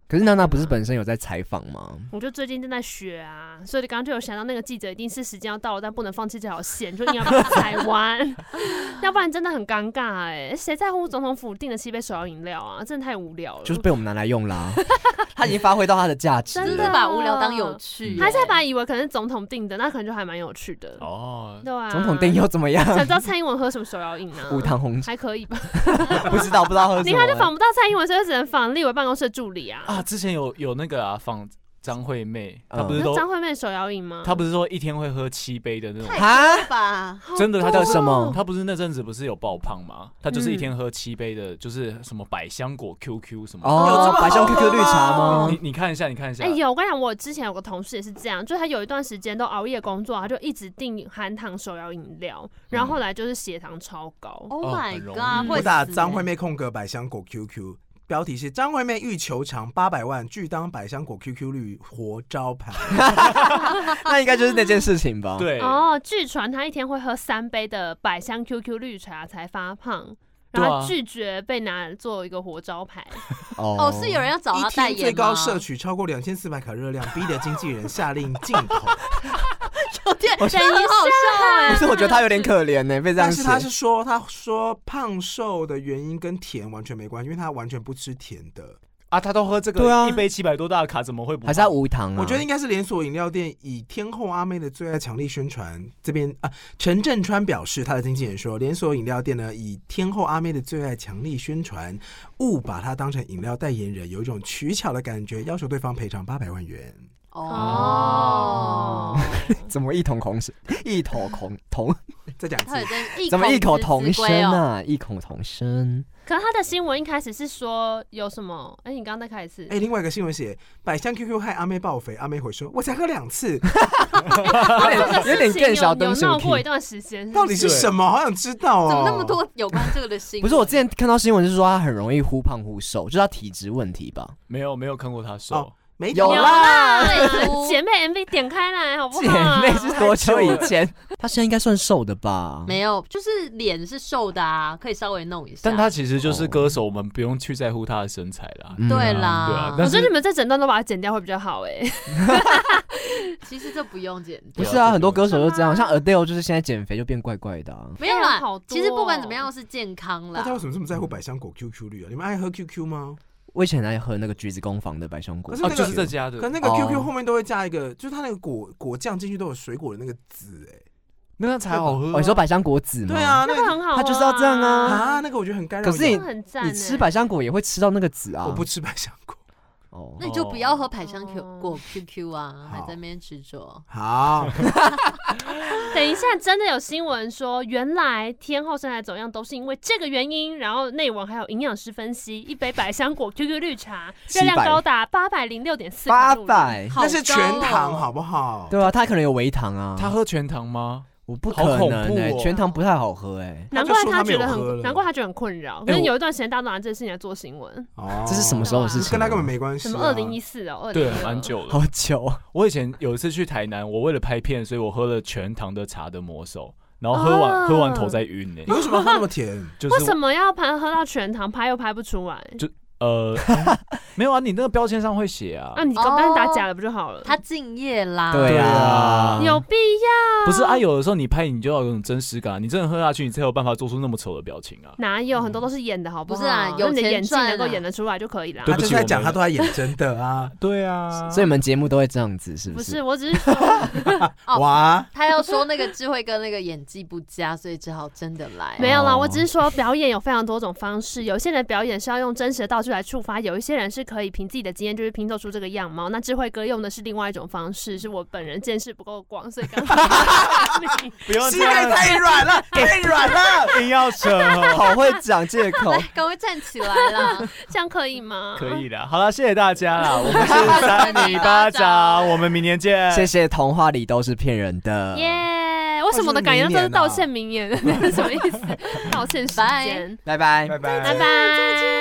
[SPEAKER 2] 可是娜娜不是本身有在采访吗？
[SPEAKER 5] 我就最近正在学啊，所以刚刚就有想到那个记者一定是时间要到了，但不能放弃这条线，就硬要把它踩完， 要不然真的很尴尬哎、谁在乎总统府订的七杯手摇饮料啊？真的太无聊了。
[SPEAKER 2] 就是被我们拿来用啦，呃 她已经发挥到她的价值了。
[SPEAKER 5] 真
[SPEAKER 4] 真的
[SPEAKER 5] 的
[SPEAKER 4] 把无聊当有趣、
[SPEAKER 2] 嗯
[SPEAKER 5] 还在把以为可能是总统订的，那可能就还蛮有趣的。
[SPEAKER 3] 哦，
[SPEAKER 5] 对啊，
[SPEAKER 2] 总统定又怎么样？
[SPEAKER 5] 想知道蔡英文喝什么手摇饮 啊？
[SPEAKER 2] 无糖红茶
[SPEAKER 5] 还可以吧？
[SPEAKER 2] 不知道，不知道喝什么。
[SPEAKER 5] 你看就访不到蔡英文，所以就只能访立委办公室的助理啊。
[SPEAKER 3] 啊，之前有有那个啊，仿张惠妹，
[SPEAKER 2] 嗯
[SPEAKER 3] 她不是
[SPEAKER 5] 那
[SPEAKER 3] 都
[SPEAKER 5] 张惠妹手摇饮吗？
[SPEAKER 3] 她不是说一天会喝七杯的那种，
[SPEAKER 2] 啊，
[SPEAKER 4] 吧？
[SPEAKER 5] 好
[SPEAKER 3] 真的她
[SPEAKER 5] 多
[SPEAKER 3] 叫
[SPEAKER 5] 哦
[SPEAKER 2] 什么
[SPEAKER 3] 她不是那阵子不是有爆胖吗？她就是一
[SPEAKER 5] 嗯
[SPEAKER 3] 天喝七杯的，就是什么百香果 QQ 什么的。
[SPEAKER 6] 有这
[SPEAKER 2] 哦
[SPEAKER 6] 么，
[SPEAKER 2] 白香 QQ 绿茶吗
[SPEAKER 3] 你？你看一下，你看一下
[SPEAKER 5] 哎、，有，我跟你讲，我之前有个同事也是这样，就是他有一段时间都熬夜工作，他就一直订含糖手摇饮料，然后后来就是血糖超高。
[SPEAKER 4] Oh
[SPEAKER 3] 哦
[SPEAKER 4] my
[SPEAKER 3] 很容易
[SPEAKER 4] god！会
[SPEAKER 6] 我打
[SPEAKER 4] 死
[SPEAKER 6] 张
[SPEAKER 4] 欸
[SPEAKER 6] 惠妹空格百香果 QQ，标题是张惠妹欲求偿八百万，拒当百香果 QQ 绿活招牌。
[SPEAKER 2] 那应该就是那件事情吧？，
[SPEAKER 3] 对，
[SPEAKER 5] 哦，据传他一天会喝三杯的百香 QQ 绿茶才发胖，然
[SPEAKER 3] 对
[SPEAKER 5] 后
[SPEAKER 3] 啊
[SPEAKER 5] 他拒绝被拿做一个活招牌。
[SPEAKER 2] 哦
[SPEAKER 4] 哦，是有人要找
[SPEAKER 6] 一
[SPEAKER 4] 他代
[SPEAKER 6] 天
[SPEAKER 4] 言
[SPEAKER 6] 最高
[SPEAKER 4] 吗
[SPEAKER 6] 摄取超过两千四百卡热量，逼得经纪人下令禁 口。
[SPEAKER 4] 有点等
[SPEAKER 2] 我
[SPEAKER 4] 一下，
[SPEAKER 2] 不是，我觉得他有点可怜呢，被这样
[SPEAKER 6] 但是
[SPEAKER 2] 写。
[SPEAKER 6] 他是说，他说胖瘦的原因跟甜完全没关系，因为他完全不吃甜的。
[SPEAKER 3] 啊，她都喝这
[SPEAKER 2] 对啊
[SPEAKER 3] 个一杯七百多大的卡，怎么会不
[SPEAKER 2] 还是他无糖啊？
[SPEAKER 4] 嗯
[SPEAKER 6] 我觉得应该是连锁饮料店以天后阿妹的最爱强力宣传。这边啊，陈振川表示，他的经纪人说，连锁饮料店呢以天后阿妹的最爱强力宣传，误把她当成饮料代言人，有一种取巧的感觉，要求对方赔偿八百万元。
[SPEAKER 4] 哦，
[SPEAKER 2] 怎么一桶红 是一头红同，
[SPEAKER 6] 再讲
[SPEAKER 4] 他
[SPEAKER 6] 一
[SPEAKER 4] 有
[SPEAKER 6] 次，
[SPEAKER 4] 在异
[SPEAKER 2] 怎么异口
[SPEAKER 4] 之
[SPEAKER 2] 同
[SPEAKER 4] 之
[SPEAKER 2] 声
[SPEAKER 4] 规哦？
[SPEAKER 2] 啊？异口同 声，
[SPEAKER 5] 可是他的新闻一开始是说有什么？哎、你刚刚再开始，
[SPEAKER 6] 哎、另外一个新闻写百香 QQ 害阿妹爆肥，阿妹回说：“我才喝两 次，
[SPEAKER 2] 有点有点
[SPEAKER 5] 事情
[SPEAKER 2] 更小
[SPEAKER 5] 有有
[SPEAKER 2] 灯
[SPEAKER 5] 闹
[SPEAKER 2] 小
[SPEAKER 5] 过一
[SPEAKER 2] 屁。
[SPEAKER 5] 段时间，
[SPEAKER 6] 到底是什么？好想知道哦。”
[SPEAKER 4] 怎么那么？多有关这个的新闻？
[SPEAKER 2] 不是，我之前看到新闻是说他很容易忽胖忽瘦，就是他体质问题吧？
[SPEAKER 3] 没有没有看过她瘦
[SPEAKER 6] 哦，没
[SPEAKER 2] 有
[SPEAKER 5] 有
[SPEAKER 2] 啦
[SPEAKER 4] 啊
[SPEAKER 6] 啊
[SPEAKER 5] 啦，
[SPEAKER 4] 对
[SPEAKER 5] 啊姐妹 MV 点开来好不
[SPEAKER 2] 姐
[SPEAKER 5] 好啊？
[SPEAKER 2] 妹是多久以前？他现在应该算瘦的吧？
[SPEAKER 4] 没有，就是脸是瘦的啊，可以稍微弄一下。
[SPEAKER 3] 但她其实就是歌手，我们不用去在乎她的身材啦。
[SPEAKER 2] 嗯
[SPEAKER 4] 对
[SPEAKER 3] 对啊
[SPEAKER 4] 啦，
[SPEAKER 5] 我
[SPEAKER 3] 但是
[SPEAKER 5] 觉得你们这整段都把它剪掉会比较好哎、
[SPEAKER 4] 其实这不用剪
[SPEAKER 2] 不
[SPEAKER 4] 掉，
[SPEAKER 2] 是啊，很多歌手都
[SPEAKER 5] 是
[SPEAKER 2] 这样，
[SPEAKER 5] 吗
[SPEAKER 2] 像 Adele 就是现在减肥就变怪怪的、啊。
[SPEAKER 4] 没有啦
[SPEAKER 5] 哎好多哦。
[SPEAKER 4] 其实不管怎么样是健康
[SPEAKER 6] 大
[SPEAKER 4] 啦
[SPEAKER 6] 家。为什么这么在乎百香果 QQ 绿啊？你们爱喝 QQ 吗？
[SPEAKER 2] 我以前很爱喝那个橘子工坊的百香果
[SPEAKER 6] 可，是
[SPEAKER 3] 啊，
[SPEAKER 6] 那个
[SPEAKER 3] 就是这家
[SPEAKER 6] 可
[SPEAKER 3] 的，
[SPEAKER 6] 那个
[SPEAKER 2] 哦
[SPEAKER 6] QQ 后面都会加一个，就是它那个果果酱进去都有水果的那个籽，哎，
[SPEAKER 3] 那个才好喝啊。
[SPEAKER 2] 哦，你说百香果籽吗？
[SPEAKER 6] 对，啊，那
[SPEAKER 5] 那会
[SPEAKER 6] 个
[SPEAKER 5] 很好、啊，
[SPEAKER 2] 他就是要这样啊
[SPEAKER 6] 啊，那个我觉得很干扰。
[SPEAKER 2] 可是你
[SPEAKER 5] 那很赞、欸。
[SPEAKER 2] 你吃百香果也会吃到那个籽啊。
[SPEAKER 6] 我不吃百香果。
[SPEAKER 2] 哦，
[SPEAKER 4] 那你就不要喝百香
[SPEAKER 5] 哦
[SPEAKER 4] 果 QQ 啊，还
[SPEAKER 6] 好
[SPEAKER 4] 在那边执着。
[SPEAKER 6] 好，
[SPEAKER 5] 等一下，真的有新闻说，原来天后身材走样都是因为这个原因。然后内文还有营养师分析，一杯百香果 QQ 绿茶热量
[SPEAKER 2] 700
[SPEAKER 5] 高达八百零六点四
[SPEAKER 2] 八，百，
[SPEAKER 4] 好
[SPEAKER 6] 那是全
[SPEAKER 4] 高哦
[SPEAKER 6] 糖好不好？
[SPEAKER 2] 对啊，他可能有微糖啊。
[SPEAKER 3] 她喝全糖吗？
[SPEAKER 2] 我不
[SPEAKER 3] 好
[SPEAKER 2] 可
[SPEAKER 3] 恐
[SPEAKER 2] 能
[SPEAKER 3] 怖
[SPEAKER 2] 哎、
[SPEAKER 3] 哦
[SPEAKER 2] 全糖不太好喝哎、
[SPEAKER 5] 难
[SPEAKER 6] 就
[SPEAKER 5] 怪
[SPEAKER 6] 说他没
[SPEAKER 5] 觉
[SPEAKER 6] 有
[SPEAKER 5] 得
[SPEAKER 6] 喝
[SPEAKER 5] 很，
[SPEAKER 6] 了
[SPEAKER 5] 难怪他觉得很困扰。
[SPEAKER 3] 哎
[SPEAKER 5] 可是
[SPEAKER 3] 我
[SPEAKER 5] 有一段时间，大家都拿这个事情来做新闻，
[SPEAKER 6] 哦
[SPEAKER 2] 这是什么时候的事情？
[SPEAKER 6] 跟他根本没关系、
[SPEAKER 5] 什
[SPEAKER 6] 啊。
[SPEAKER 5] 么二零一四哦，二零
[SPEAKER 3] 对，蛮久了。
[SPEAKER 2] 好久啊，
[SPEAKER 3] 我以前有一次去台南，我为了拍片，所以我喝了全糖的茶的魔手，然后喝完、
[SPEAKER 5] 啊
[SPEAKER 3] 喝完头在晕呢、
[SPEAKER 6] 你为什么要喝那么 甜？
[SPEAKER 3] 就
[SPEAKER 5] 为什
[SPEAKER 3] 是
[SPEAKER 5] 么要拍喝到全糖，拍又拍不出来？
[SPEAKER 3] 呃， 没有啊，你那个标签上会写啊
[SPEAKER 5] 啊，，你搞
[SPEAKER 4] 哦
[SPEAKER 5] 不然打假的不就好了？
[SPEAKER 4] 他敬业啦，
[SPEAKER 2] 对啊，
[SPEAKER 5] 有必要？
[SPEAKER 3] 不是啊，有的时候你拍你就要有种真实感啊，你真的喝下去，你才有办法做出那么丑的表情啊。
[SPEAKER 5] 哪有很多都是演的，好不好？
[SPEAKER 4] 不是啊有
[SPEAKER 5] 那你的
[SPEAKER 4] 钱
[SPEAKER 5] 演技
[SPEAKER 4] 赚
[SPEAKER 5] 能够
[SPEAKER 4] 啊
[SPEAKER 5] 演得出来就可 以啦。
[SPEAKER 3] 对
[SPEAKER 6] 他
[SPEAKER 3] 不
[SPEAKER 6] 就
[SPEAKER 3] 起
[SPEAKER 6] 是在讲，
[SPEAKER 3] 我们
[SPEAKER 6] 他都在演真的啊！
[SPEAKER 3] 对啊
[SPEAKER 2] 所以你们节目都会这样子，是
[SPEAKER 5] 不
[SPEAKER 2] 不
[SPEAKER 5] 是，
[SPEAKER 2] 是？
[SPEAKER 5] 我只 是说
[SPEAKER 4] 哦
[SPEAKER 6] 哇，
[SPEAKER 4] 他要说那个智慧跟那个演技不佳，所以只好真的来。
[SPEAKER 5] 没有啦，
[SPEAKER 2] 哦
[SPEAKER 5] 我只是说表演有非常多种方式，有些人的表演是要用真实的道具来触发，有一些人是可以凭自己的经验就是拼凑出这个样貌。那智慧哥用的是另外一种方式，是我本人见识不够广，所以 刚好
[SPEAKER 3] 不要
[SPEAKER 6] 膝盖太软了，太软了。
[SPEAKER 3] 硬要扯哦。
[SPEAKER 2] 好会讲借口
[SPEAKER 4] 来，赶快站起来 啦！
[SPEAKER 5] 这样可以吗？
[SPEAKER 3] 可以的，好了， 谢谢大家啦，我们是三里巴掌，我们明年见，
[SPEAKER 2] 谢谢童话里都是骗人的。
[SPEAKER 5] 耶！为什么我的感言都是 道歉名言？什么意思？道歉时
[SPEAKER 4] 拜
[SPEAKER 5] 间，
[SPEAKER 2] 拜拜。
[SPEAKER 6] 拜拜
[SPEAKER 5] 哎
[SPEAKER 4] 哎
[SPEAKER 5] 拜拜，再见。